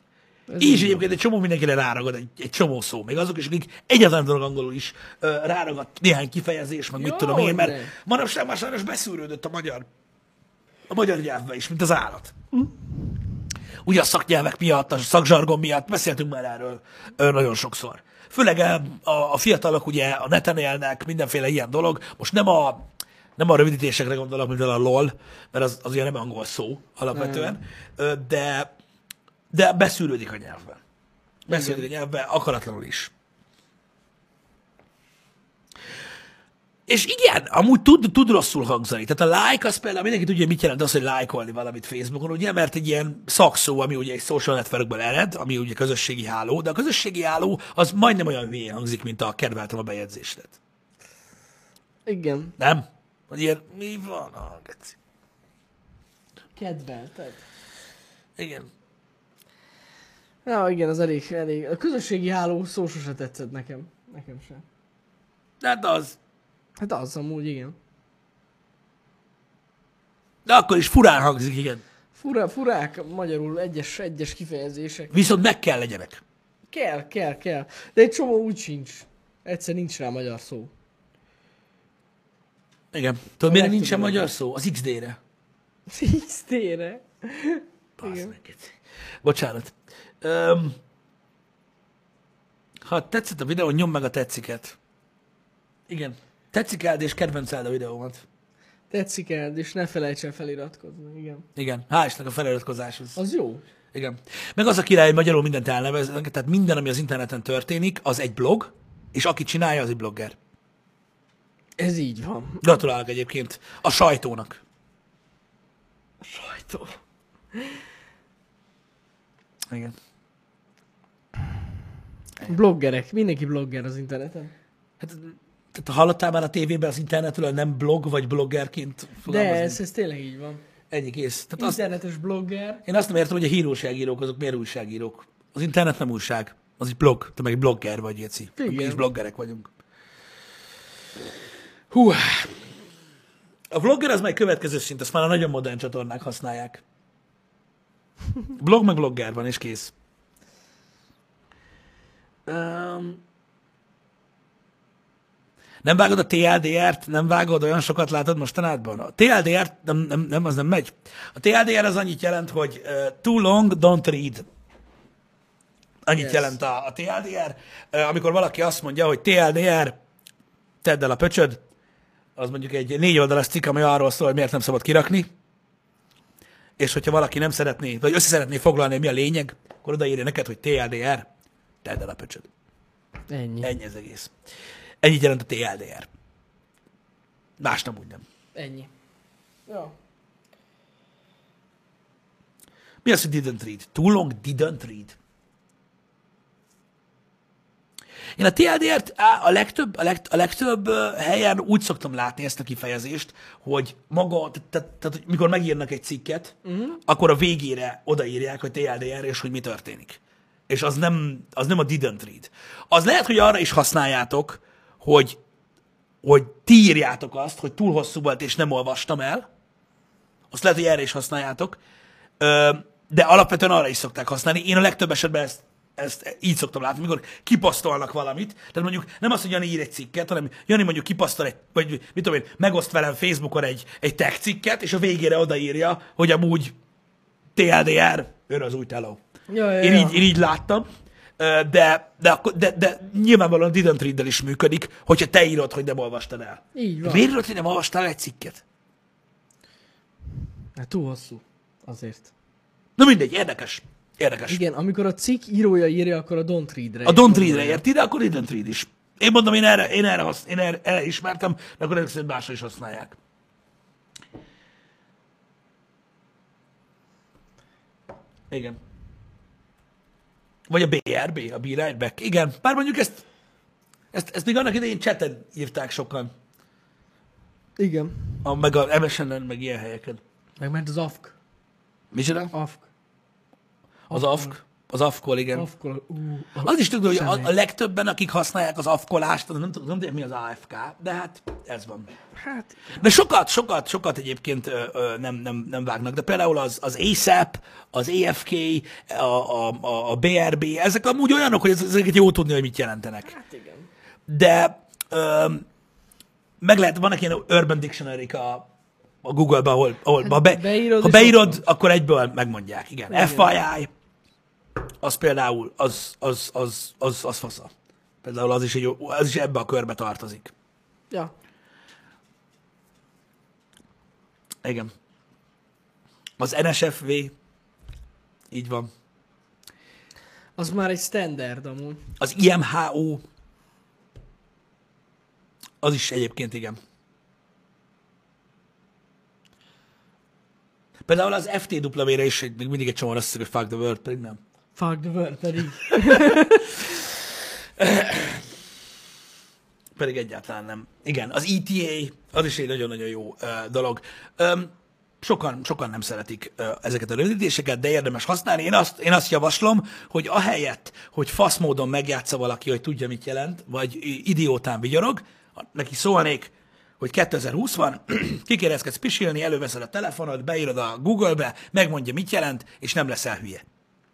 Speaker 1: Ez így is egyébként egy csomó mindenkire ráragad, egy, egy csomó szó. Még azok is, akik egyáltalán tudnak angolul is ö, ráragad néhány kifejezés, meg mit
Speaker 2: Jó,
Speaker 1: tudom én, mert
Speaker 2: de.
Speaker 1: manapság már sajnos beszűrődött a magyar, a magyar nyelvbe is, mint az állat. Ugye a szaknyelvek miatt, a szakzsargon miatt beszéltünk már erről ö, nagyon sokszor. Főleg ö, a, a fiatalok ugye a neten élnek, mindenféle ilyen dolog. Most nem a, nem a rövidítésekre gondolok, mint a LOL, mert az, az ugye nem angol szó alapvetően, ö, de, de beszűrődik a nyelvbe. Beszűrődik a nyelvbe, akaratlanul is. És igen, amúgy tud, tud rosszul hangzani. Tehát a like az például, mindenki tudja, mit jelent az, hogy lájkolni valamit Facebookon, ugye, mert egy ilyen szakszó, ami ugye egy social networkből ered, ami ugye közösségi háló, de a közösségi háló az majdnem olyan hülyén hangzik, mint a kedveltem a bejegyzéset.
Speaker 2: Igen.
Speaker 1: Nem? Hogy ilyen, mi van? Ah, geci.
Speaker 2: Kedvelted.
Speaker 1: Igen.
Speaker 2: Na, igen, az elég, elég. A közösségi háló szó sose tetszett nekem. Nekem sem.
Speaker 1: De hát az,
Speaker 2: Hát az amúgy, igen.
Speaker 1: de akkor is furán hangzik, igen.
Speaker 2: Fura, furák magyarul egyes, egyes kifejezések.
Speaker 1: Viszont meg kell legyenek.
Speaker 2: Kell, kell, kell. De egy csomó úgy sincs. Egyszer nincs rá magyar szó. <laughs>
Speaker 1: Igen. Tudod, mire
Speaker 2: meg
Speaker 1: nincsen
Speaker 2: tudom.
Speaker 1: magyar szó? Az XD-re.
Speaker 2: Tisztére.
Speaker 1: Bassz
Speaker 2: Igen.
Speaker 1: meg, geci. Bocsánat. Öm, ha tetszett a videó, nyomd meg a tetsziket. Igen. Tetszik el, és kedvenceld a videómat.
Speaker 2: Tetszik el, és ne felejts el feliratkozni, igen.
Speaker 1: Igen. Hálásnak a feliratkozáshoz.
Speaker 2: Az jó.
Speaker 1: Igen. Meg az a király, hogy magyarul mindent elneveznek, tehát minden, ami az interneten történik, az egy blog, és aki csinálja, az egy blogger.
Speaker 2: Ez így van.
Speaker 1: Gratulálok egyébként a sajtónak.
Speaker 2: A sajtó.
Speaker 1: Igen.
Speaker 2: Bloggerek, mindenki blogger az interneten.
Speaker 1: Hát, tehát hallottál már a tévében az internetről, hogy nem blog vagy bloggerként
Speaker 2: De
Speaker 1: fogalmazni?
Speaker 2: ez, ez tényleg így van.
Speaker 1: Ennyi kész. Tehát azt,
Speaker 2: Internetes blogger.
Speaker 1: én azt nem értem, hogy a híróságírók azok miért újságírók. Az internet nem újság, az egy blog. Te meg egy blogger vagy, Jeci. Hát Mi
Speaker 2: Igen.
Speaker 1: is bloggerek vagyunk. Hú. A vlogger az már egy következő szint, ezt már a nagyon modern csatornák használják. Blog meg vlogger van, és kész. Um, nem vágod a TLDR-t, nem vágod, olyan sokat látod mostanában? A TLDR, nem, nem, nem, az nem megy. A TLDR az annyit jelent, hogy uh, too long, don't read. Annyit yes.
Speaker 2: Yes.
Speaker 1: jelent a, a TLDR. Uh, amikor valaki azt mondja, hogy TLDR, tedd el a pöcsöd, az mondjuk egy négy oldalas cikk, ami arról szól, hogy miért nem szabad kirakni, és hogyha valaki nem szeretné, vagy össze szeretné foglalni, hogy mi a lényeg, akkor odaírja neked, hogy TLDR, tedd el a pöcsöd.
Speaker 2: Ennyi.
Speaker 1: Ennyi az egész. Ennyit jelent a TLDR. Más nem úgy nem.
Speaker 2: Ennyi. Ja.
Speaker 1: Mi az, hogy didn't read? Too long didn't read. Én a TLDR-t á, a legtöbb, a, leg, a legtöbb ö, helyen úgy szoktam látni ezt a kifejezést, hogy maga, tehát, tehát, tehát hogy mikor megírnak egy cikket, uh-huh. akkor a végére odaírják, hogy TLDR, és hogy mi történik. És az nem, az nem a didn't read. Az lehet, hogy arra is használjátok, hogy, hogy ti írjátok azt, hogy túl hosszú volt, és nem olvastam el, azt lehet, hogy erre is használjátok, Ö, de alapvetően arra is szokták használni. Én a legtöbb esetben ezt, ezt így szoktam látni, amikor kipasztolnak valamit. Tehát mondjuk nem az, hogy Jani ír egy cikket, hanem Jani mondjuk kipasztol egy, vagy mit tudom én, megoszt velem Facebookon egy, egy tech cikket, és a végére odaírja, hogy amúgy TLDR, ő az új teló.
Speaker 2: Ja, ja,
Speaker 1: Én,
Speaker 2: ja.
Speaker 1: így, én így láttam, Ö, de, de, akkor- de, de nyilvánvalóan Didn't Read-del is működik, hogyha te írod, hogy nem olvastad el.
Speaker 2: Így van.
Speaker 1: Miért írod, hogy nem olvastál el egy cikket?
Speaker 2: Hát túl hosszú. Azért.
Speaker 1: Na mindegy, érdekes. Érdekes.
Speaker 2: Igen, amikor a cikk írója írja, akkor a Don't Read-re.
Speaker 1: A Don't Read-re ért ide, akkor Didn't Read is. Én mondom, én erre, én erre, hasz, én erre, erre ismertem, de akkor ezek szerint másra is használják. Igen. Vagy a BRB, a Be Right Back. Igen, bár mondjuk ezt, ezt, ezt még annak idején cseten írták sokan,
Speaker 2: Igen.
Speaker 1: a, meg a MSN-en, meg ilyen helyeken.
Speaker 2: Meg ment az AFK.
Speaker 1: Micsoda?
Speaker 2: AFK.
Speaker 1: Az AFK? Az afkol, igen.
Speaker 2: Afkol, ú,
Speaker 1: Az is tudod, hogy a, a legtöbben, akik használják az afkolást, nem tudom, nem tudom, mi az AFK, de hát ez van.
Speaker 2: hát,
Speaker 1: De sokat, sokat, sokat egyébként ö, ö, nem, nem, nem vágnak. De például az, az ASAP, az AFK, a, a, a, a BRB, ezek amúgy olyanok, hogy ez- ezeket jó tudni, hogy mit jelentenek.
Speaker 2: hát igen.
Speaker 1: De ö, meg lehet, vannak ilyen Urban dictionary a, a Google-ben, ahol, ahol ha, be,
Speaker 2: beírod,
Speaker 1: ha
Speaker 2: és ott
Speaker 1: beírod, akkor egyből megmondják. Igen. igen. FYI, az például, az, az, az, az, az fasza. Például az is, egy, jó- az is ebbe a körbe tartozik.
Speaker 2: Ja,
Speaker 1: Igen. Az NSFV, így van.
Speaker 2: az már egy standard amúgy.
Speaker 1: Az IMHO, az is egyébként igen. Például az FTW-re is egy- még mindig egy csomó azt hiszik, hogy fuck the world, pedig nem.
Speaker 2: Fuck the world,
Speaker 1: <laughs>
Speaker 2: pedig.
Speaker 1: Pedig egyáltalán nem. Igen, az ETA, az is egy nagyon-nagyon jó ö, dolog. Öm, sokan, sokan nem szeretik ö, ezeket a rövidítéseket, de érdemes használni. Én azt, én azt javaslom, hogy ahelyett, hogy fasz módon megjátsza valaki, hogy tudja, mit jelent, vagy i- idiótán vigyorog, ha neki szólnék, hogy 2020 van, <clears throat> kikérezkedsz pisilni, előveszed a telefonod, beírod a Google-be, megmondja, mit jelent, és nem leszel hülye.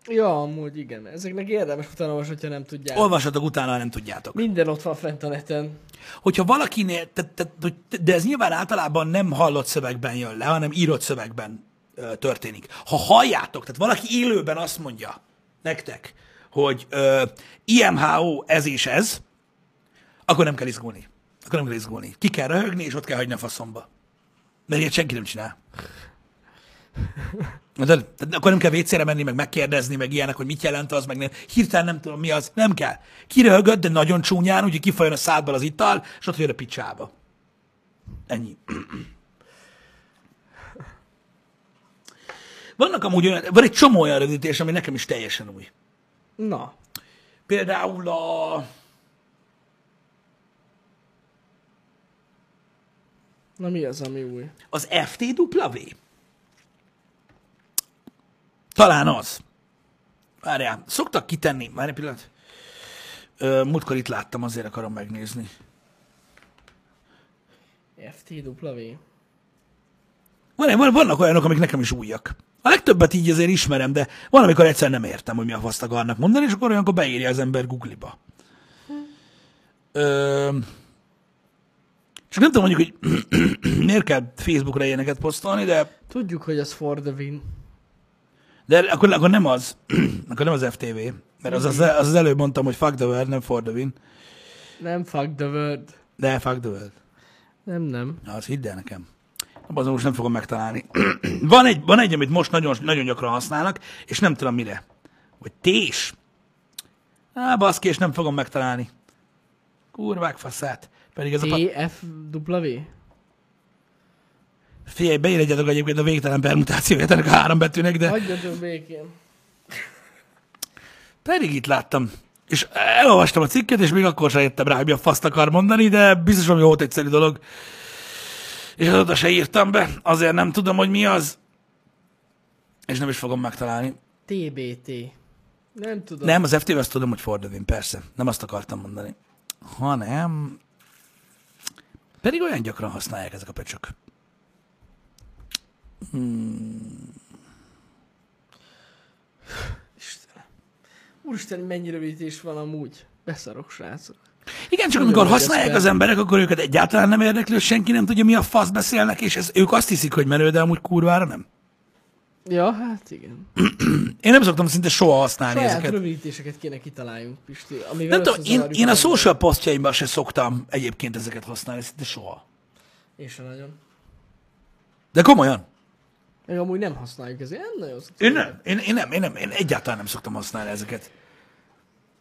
Speaker 2: Ja, amúgy igen. Ezeknek érdemes utána olvasni, hogyha nem tudják.
Speaker 1: Olvassatok utána, ha nem tudjátok.
Speaker 2: Minden ott van fent a neten.
Speaker 1: hogyha valakinél, te, te, hogy- de ez nyilván általában nem hallott szövegben jön le, hanem írott szövegben ö, történik. Ha halljátok, tehát valaki élőben azt mondja nektek, hogy ö, IMHO ez és ez, akkor nem kell izgulni. Akkor nem kell izgulni. Ki kell röhögni, és ott kell hagyni a faszomba. Mert ilyet senki nem csinál. De, tehát akkor nem kell vécére menni, meg megkérdezni, meg ilyenek, hogy mit jelent az, meg nem. Hirtelen nem tudom, mi az. Nem kell. Kiröhögöd, de nagyon csúnyán, úgyhogy kifolyjon a szádból az ital, és ott jön a picsába. Ennyi. Vannak amúgy olyan, van egy csomó olyan rövidítés, ami nekem is teljesen új.
Speaker 2: Na,
Speaker 1: Például a...
Speaker 2: na mi az, ami új?
Speaker 1: Az FTW? Talán az. Várjál, szoktak kitenni, már egy pillanat. Ö, múltkor itt láttam, azért akarom megnézni.
Speaker 2: FTW.
Speaker 1: Van, van, vannak olyanok, amik nekem is újak. A legtöbbet így azért ismerem, de van, amikor egyszer nem értem, hogy mi a faszt akarnak mondani, és akkor olyankor beírja az ember Google-ba. Ö, csak nem tudom mondjuk, hogy <clears throat> miért kell Facebookra ilyeneket posztolni, de
Speaker 2: Tudjuk, hogy az for the win.
Speaker 1: De akkor, akkor nem az. <clears throat> akkor nem az FTV. Mert az, az, az, az előbb mondtam, hogy fuck the world, nem for the win.
Speaker 2: Nem fuck the world.
Speaker 1: De fuck the world.
Speaker 2: Nem, nem.
Speaker 1: Na, Az hidd el nekem. Azon most nem fogom megtalálni. <clears throat> van, egy, van egy, amit most nagyon, nagyon gyakran használnak, és nem tudom mire. Vagy tés. Á, baszki, és nem fogom megtalálni. Kurvák faszát. Pedig ez a... fa-
Speaker 2: E TFW?
Speaker 1: Figyelj, beírjátok egyébként a végtelen permutációját ennek a három betűnek, de...
Speaker 2: Hagyjatok békén.
Speaker 1: Pedig itt láttam. És elolvastam a cikket, és még akkor sem értem rá, hogy mi a faszt akar mondani, de biztos, hogy volt egyszerű dolog. És azóta se írtam be, azért nem tudom, hogy mi az. És nem is fogom megtalálni.
Speaker 2: TBT. Nem tudom.
Speaker 1: Nem, az ft azt tudom, hogy fordövén, persze. Nem azt akartam mondani. Hanem... Pedig olyan gyakran használják ezek a pöcsök.
Speaker 2: Úristen, mennyi rövidítés van amúgy. Beszarok, srácok.
Speaker 1: Igen, csak
Speaker 2: Nagyon
Speaker 1: amikor
Speaker 2: nagy
Speaker 1: használják
Speaker 2: eszköz.
Speaker 1: az emberek, akkor őket egyáltalán nem érdekli, hogy senki nem tudja, mi a fasz beszélnek, és ez, ők azt hiszik, hogy menő, de amúgy kurvára nem.
Speaker 2: Ja, hát igen.
Speaker 1: Én nem szoktam szinte soha használni
Speaker 2: Saját
Speaker 1: ezeket.
Speaker 2: rövidítéseket kéne kitaláljunk, Pisti. Amivel
Speaker 1: Nem tudom, én,
Speaker 2: összezavarjuk
Speaker 1: én a
Speaker 2: embereket.
Speaker 1: social posztjaimban se szoktam egyébként ezeket használni, szinte soha.
Speaker 2: Én sem nagyon.
Speaker 1: De komolyan.
Speaker 2: Meg amúgy nem használjuk ezért. Nem nagyon
Speaker 1: Én nem, én, én nem, én nem, én egyáltalán nem szoktam használni ezeket.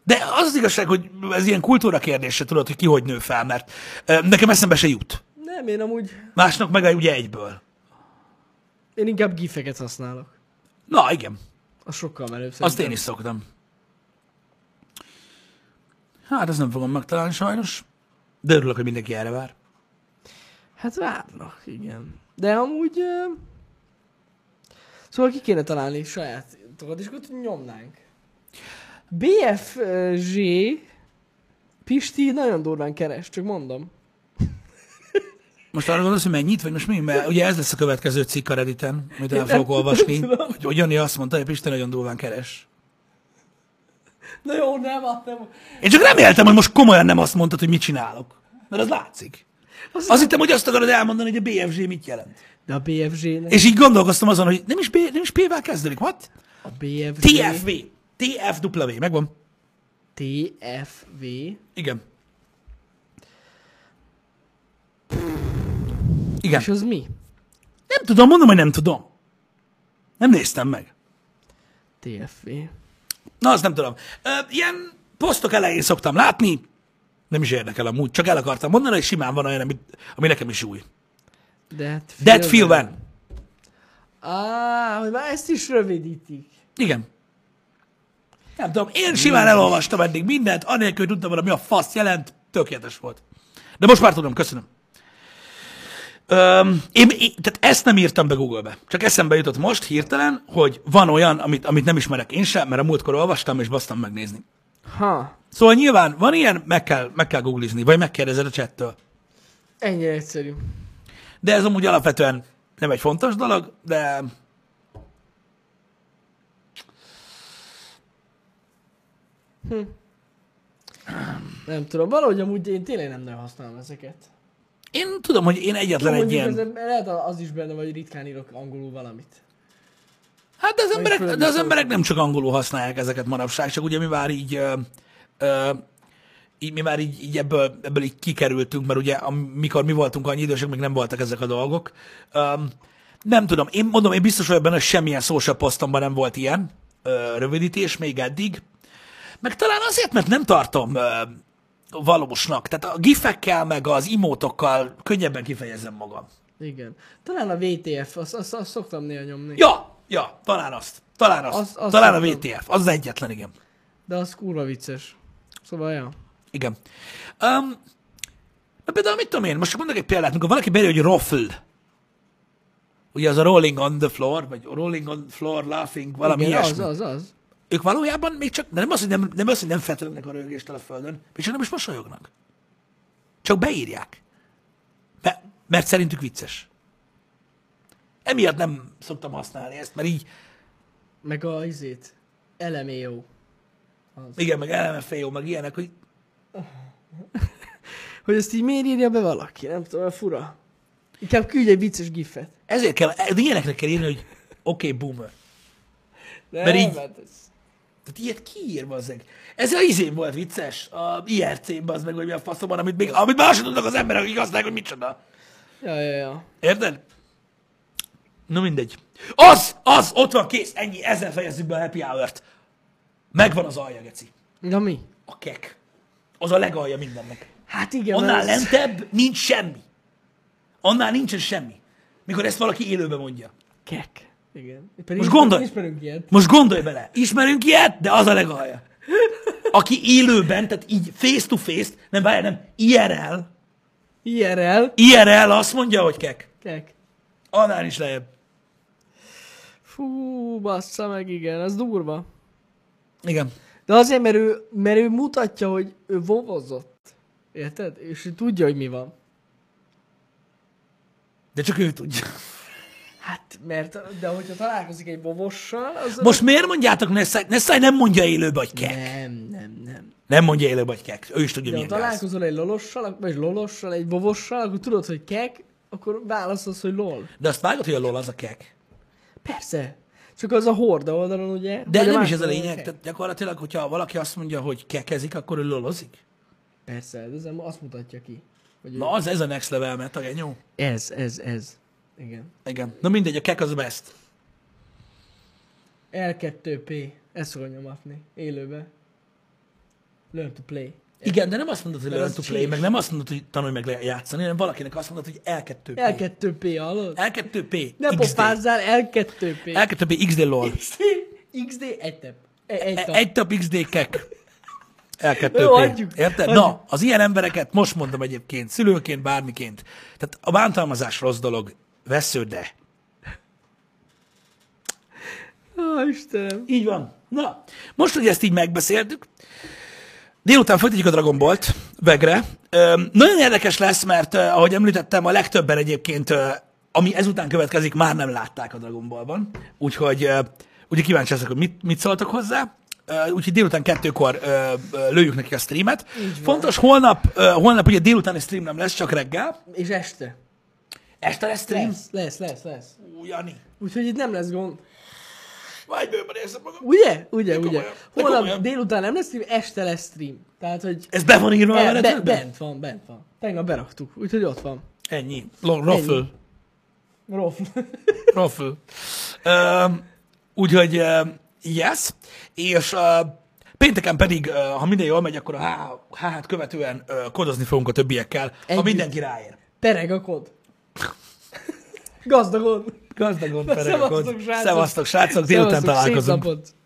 Speaker 1: De az, az igazság, hogy ez ilyen kultúra kérdése, tudod, hogy ki hogy nő fel, mert ö, nekem eszembe se jut.
Speaker 2: Nem, én amúgy...
Speaker 1: Másnak meg ugye egyből.
Speaker 2: Én inkább gifeket használok.
Speaker 1: Na, igen.
Speaker 2: A sokkal menőbb
Speaker 1: Azt én is szoktam. Hát, ezt nem fogom megtalálni sajnos. De örülök, hogy mindenki erre vár.
Speaker 2: Hát várnak, igen. De amúgy... ö, Szóval ki kéne találni saját tokat, és akkor nyomnánk. BFG Pisti nagyon durván keres, csak mondom.
Speaker 1: Most arra gondolsz, hogy mennyit, vagy most mi? Mert ugye ez lesz a következő cikk a Redditen, amit el fogok olvasni,
Speaker 2: tudom.
Speaker 1: hogy, hogy Jani azt mondta, hogy Pisti nagyon durván keres.
Speaker 2: Na jó, nem, hát nem.
Speaker 1: Én csak reméltem, hogy most komolyan nem azt mondtad, hogy mit csinálok. Mert az látszik.
Speaker 2: Az-
Speaker 1: Azt hittem, hogy azt akarod elmondani, hogy a BFG mit jelent.
Speaker 2: De a BFG-nek.
Speaker 1: És így gondolkoztam azon, hogy nem is, B, nem is P-vel kezdődik, what?
Speaker 2: A BFG.
Speaker 1: TFV. TFW, megvan.
Speaker 2: TFV.
Speaker 1: Igen. Igen.
Speaker 2: És az mi?
Speaker 1: Nem tudom, mondom, hogy nem tudom. Nem néztem meg.
Speaker 2: TFV.
Speaker 1: Na, azt nem tudom. Ö, ilyen posztok elején szoktam látni, nem is érdekel amúgy, csak el akartam mondani, hogy simán van olyan, ami, ami nekem is új.
Speaker 2: De hát
Speaker 1: Dead Phil Van.
Speaker 2: Á, hogy már ezt is rövidítik.
Speaker 1: Igen. Nem tudom, én simán elolvastam eddig mindent, anélkül, hogy tudtam volna, mi a fasz jelent, tökéletes volt. De most már tudom, köszönöm. Öm, én, én, tehát ezt nem írtam be Google-be. Csak eszembe jutott most hirtelen, hogy van olyan, amit, amit nem ismerek én sem, mert a múltkor olvastam és basztam megnézni.
Speaker 2: Ha,
Speaker 1: Szóval nyilván van ilyen, meg kell, meg kell googlizni, vagy megkérdezed a chattől.
Speaker 2: ennyire egyszerű.
Speaker 1: De ez amúgy alapvetően nem egy fontos dolog, de...
Speaker 2: Nem tudom, valahogy amúgy én tényleg nem nagyon használom ezeket.
Speaker 1: Én tudom, hogy én egyetlen egy
Speaker 2: Mondjuk
Speaker 1: ilyen...
Speaker 2: ezen lehet az is benne, vagy ritkán írok angolul valamit.
Speaker 1: Hát de az, emberek,
Speaker 2: földi
Speaker 1: de az
Speaker 2: szó.
Speaker 1: emberek nem csak angolul használják ezeket manapság, csak ugye mi már így, ö, ö, így mi már így, így ebből, ebből így kikerültünk, mert ugye amikor mi voltunk annyi idősek, még nem voltak ezek a dolgok. Ö, nem tudom, én mondom, én biztos vagyok benne, hogy semmilyen social posztomban nem volt ilyen ö, rövidítés még eddig. Meg talán azért, mert nem tartom ö, valósnak. Tehát a gifekkel, meg az imótokkal könnyebben kifejezem magam.
Speaker 2: Igen. Talán a VTF, azt, azt, azt szoktam néha nyomni.
Speaker 1: Ja, ja, talán azt. Talán azt.
Speaker 2: Azt- azt
Speaker 1: talán a
Speaker 2: szoktam.
Speaker 1: VTF. Az az egyetlen, igen.
Speaker 2: De az kurva vicces. Szóval, ja.
Speaker 1: Igen. Um, például mit tudom én, most csak mondok egy példát, amikor valaki beri, hogy roffle, ugye az a rolling on the floor, vagy rolling on floor laughing, valami
Speaker 2: Igen,
Speaker 1: ilyesmi.
Speaker 2: az, az, az.
Speaker 1: Ők valójában még csak, de nem az, hogy nem, nem, az, hogy nem fetelnek a rögéstől a földön, még csak nem is mosolyognak. Csak beírják. Be, mert szerintük vicces. Emiatt nem szoktam használni ezt, mert így,
Speaker 2: Meg a izét. LMAO.
Speaker 1: igen, meg LMFAO, meg ilyenek, hogy
Speaker 2: Hogy ezt így miért írja be valaki? Nem tudom, fura. Inkább küldj egy vicces gifet.
Speaker 1: ezért kell, de ilyeneknek kell írni, hogy oké, okay, boomer.
Speaker 2: De
Speaker 1: Mert így-
Speaker 2: hát ez-
Speaker 1: Tehát ilyet kiír, bazzeg. Ez a izén volt vicces, a IRC-n, az meg, hogy mi a faszom van, amit, még, amit már sem tudnak az emberek, akik használják, hogy micsoda.
Speaker 2: Ja, ja, ja.
Speaker 1: Érted? Na mindegy. Az, az, ott van, kész, ennyi, ezzel fejezzük be a happy hour-t. Megvan az alja, geci.
Speaker 2: Na mi?
Speaker 1: A kek. Az a legalja mindennek.
Speaker 2: Hát igen,
Speaker 1: Annál
Speaker 2: mert ez-
Speaker 1: lentebb nincs semmi. Annál nincsen semmi. Mikor ezt valaki élőben mondja.
Speaker 2: Kek. Igen. Pedig
Speaker 1: Most gondolj!
Speaker 2: Ismerünk ilyet.
Speaker 1: Most gondolj bele, ismerünk ilyet, de az a legalja. Aki élőben, tehát így face to face, nem várj, nem, IRL,
Speaker 2: IRL.
Speaker 1: IRL azt mondja, hogy kek.
Speaker 2: Kek.
Speaker 1: Annál is lejjebb.
Speaker 2: Fú, bassza meg, igen, az durva.
Speaker 1: Igen.
Speaker 2: De azért, mert ő, mert ő mutatja, hogy ő vovozott. Érted? És ő tudja, hogy mi van.
Speaker 1: De csak ő tudja.
Speaker 2: Hát, mert, de hogyha találkozik egy vovossal, az...
Speaker 1: Most miért mondjátok, Nessai, Nessai nem mondja élőben, hogy kek.
Speaker 2: Nem, nem, nem.
Speaker 1: Nem mondja élőben, hogy kek. Ő is tudja,
Speaker 2: De ha
Speaker 1: milyen gáz.
Speaker 2: találkozol egy lolossal, vagy lolossal, egy vovossal, akkor tudod, hogy kek, akkor válaszolsz, hogy lol.
Speaker 1: De azt vágod, hogy a lol az a kek.
Speaker 2: Persze. Csak az a horda oldalon, ugye?
Speaker 1: De nem
Speaker 2: vagy
Speaker 1: is
Speaker 2: másik
Speaker 1: ez a
Speaker 2: oldalon
Speaker 1: lényeg.
Speaker 2: kek.
Speaker 1: Tehát gyakorlatilag, hogyha valaki azt mondja, hogy kekezik, akkor ő lolozik.
Speaker 2: Mm. Persze, de ez nem- azt mutatja ki. Hogy
Speaker 1: Na, az ez a next level, mert a
Speaker 2: Ez, ez, ez. Igen.
Speaker 1: Igen. Na mindegy, a kek az a best.
Speaker 2: L2P. Ezt fogom nyomatni. Élőbe. Learn to play.
Speaker 1: Igen, de nem azt mondod, hogy
Speaker 2: Mert
Speaker 1: learn
Speaker 2: az
Speaker 1: to
Speaker 2: csík.
Speaker 1: play, meg nem azt mondod, hogy tanulj meg le- játszani, hanem valakinek azt mondod, hogy L2P.
Speaker 2: L2P, hallod?
Speaker 1: L2P.
Speaker 2: Ne
Speaker 1: XD.
Speaker 2: pofázzál, L2P.
Speaker 1: L2P XD lol.
Speaker 2: XD, egy tap. E- Egy
Speaker 1: E-
Speaker 2: tap.
Speaker 1: Egy tap XD kek.
Speaker 2: Jó,
Speaker 1: L2P.
Speaker 2: hagyjuk,
Speaker 1: Érted?
Speaker 2: hagyjuk.
Speaker 1: Na, az ilyen embereket most mondom egyébként, szülőként, bármiként. Tehát a bántalmazás rossz dolog. Vesző, de.
Speaker 2: Ó, Istenem.
Speaker 1: Így van. Na, most, hogy ezt így megbeszéltük, délután folytatjuk a Dragon Ball-t vegre. Öm, nagyon érdekes lesz, mert ö, ahogy említettem, a legtöbben egyébként, ö, ami ezután következik, már nem látták a Dragon Ball-ban. Úgyhogy ö, ugye kíváncsi leszek, hogy mit, mit szóltak hozzá. Ö, Úgyhogy délután kettőkor ö, ö, lőjük nekik a streamet. Fontos, holnap, ö, holnap ugye délutáni stream nem lesz, csak reggel.
Speaker 2: És este.
Speaker 1: Este lesz stream?
Speaker 2: Lesz, lesz, lesz, lesz.
Speaker 1: Ú, Jani.
Speaker 2: Úgyhogy itt nem lesz gond.
Speaker 1: Vagy bőben érzem magam.
Speaker 2: Ugye? Ugye,
Speaker 1: De
Speaker 2: ugye.
Speaker 1: komolyan. De komolyan.
Speaker 2: Holnap délután nem lesz stream, este lesz stream. Tehát, hogy
Speaker 1: Ez E, be van írva a
Speaker 2: be, be,
Speaker 1: menetben?
Speaker 2: bent van, bent van. Tegnap beraktuk, úgyhogy ott van.
Speaker 1: Ennyi. Raffel.
Speaker 2: Rof.
Speaker 1: <laughs> Raffel. Um, úgyhogy um, yes. És uh, pénteken pedig, uh, ha minden jól megy, akkor a H- H-t követően uh, kodozni fogunk a többiekkel, ha
Speaker 2: Együtt.
Speaker 1: mindenki ráér.
Speaker 2: Pereg a kod. Gazdagon.
Speaker 1: Gazdagon,
Speaker 2: Na,
Speaker 1: peregkod.
Speaker 2: szevasztok, srácok.
Speaker 1: Szevasztok, srácok. Délután
Speaker 2: Szevasztok, szép
Speaker 1: találkozunk.
Speaker 2: napot.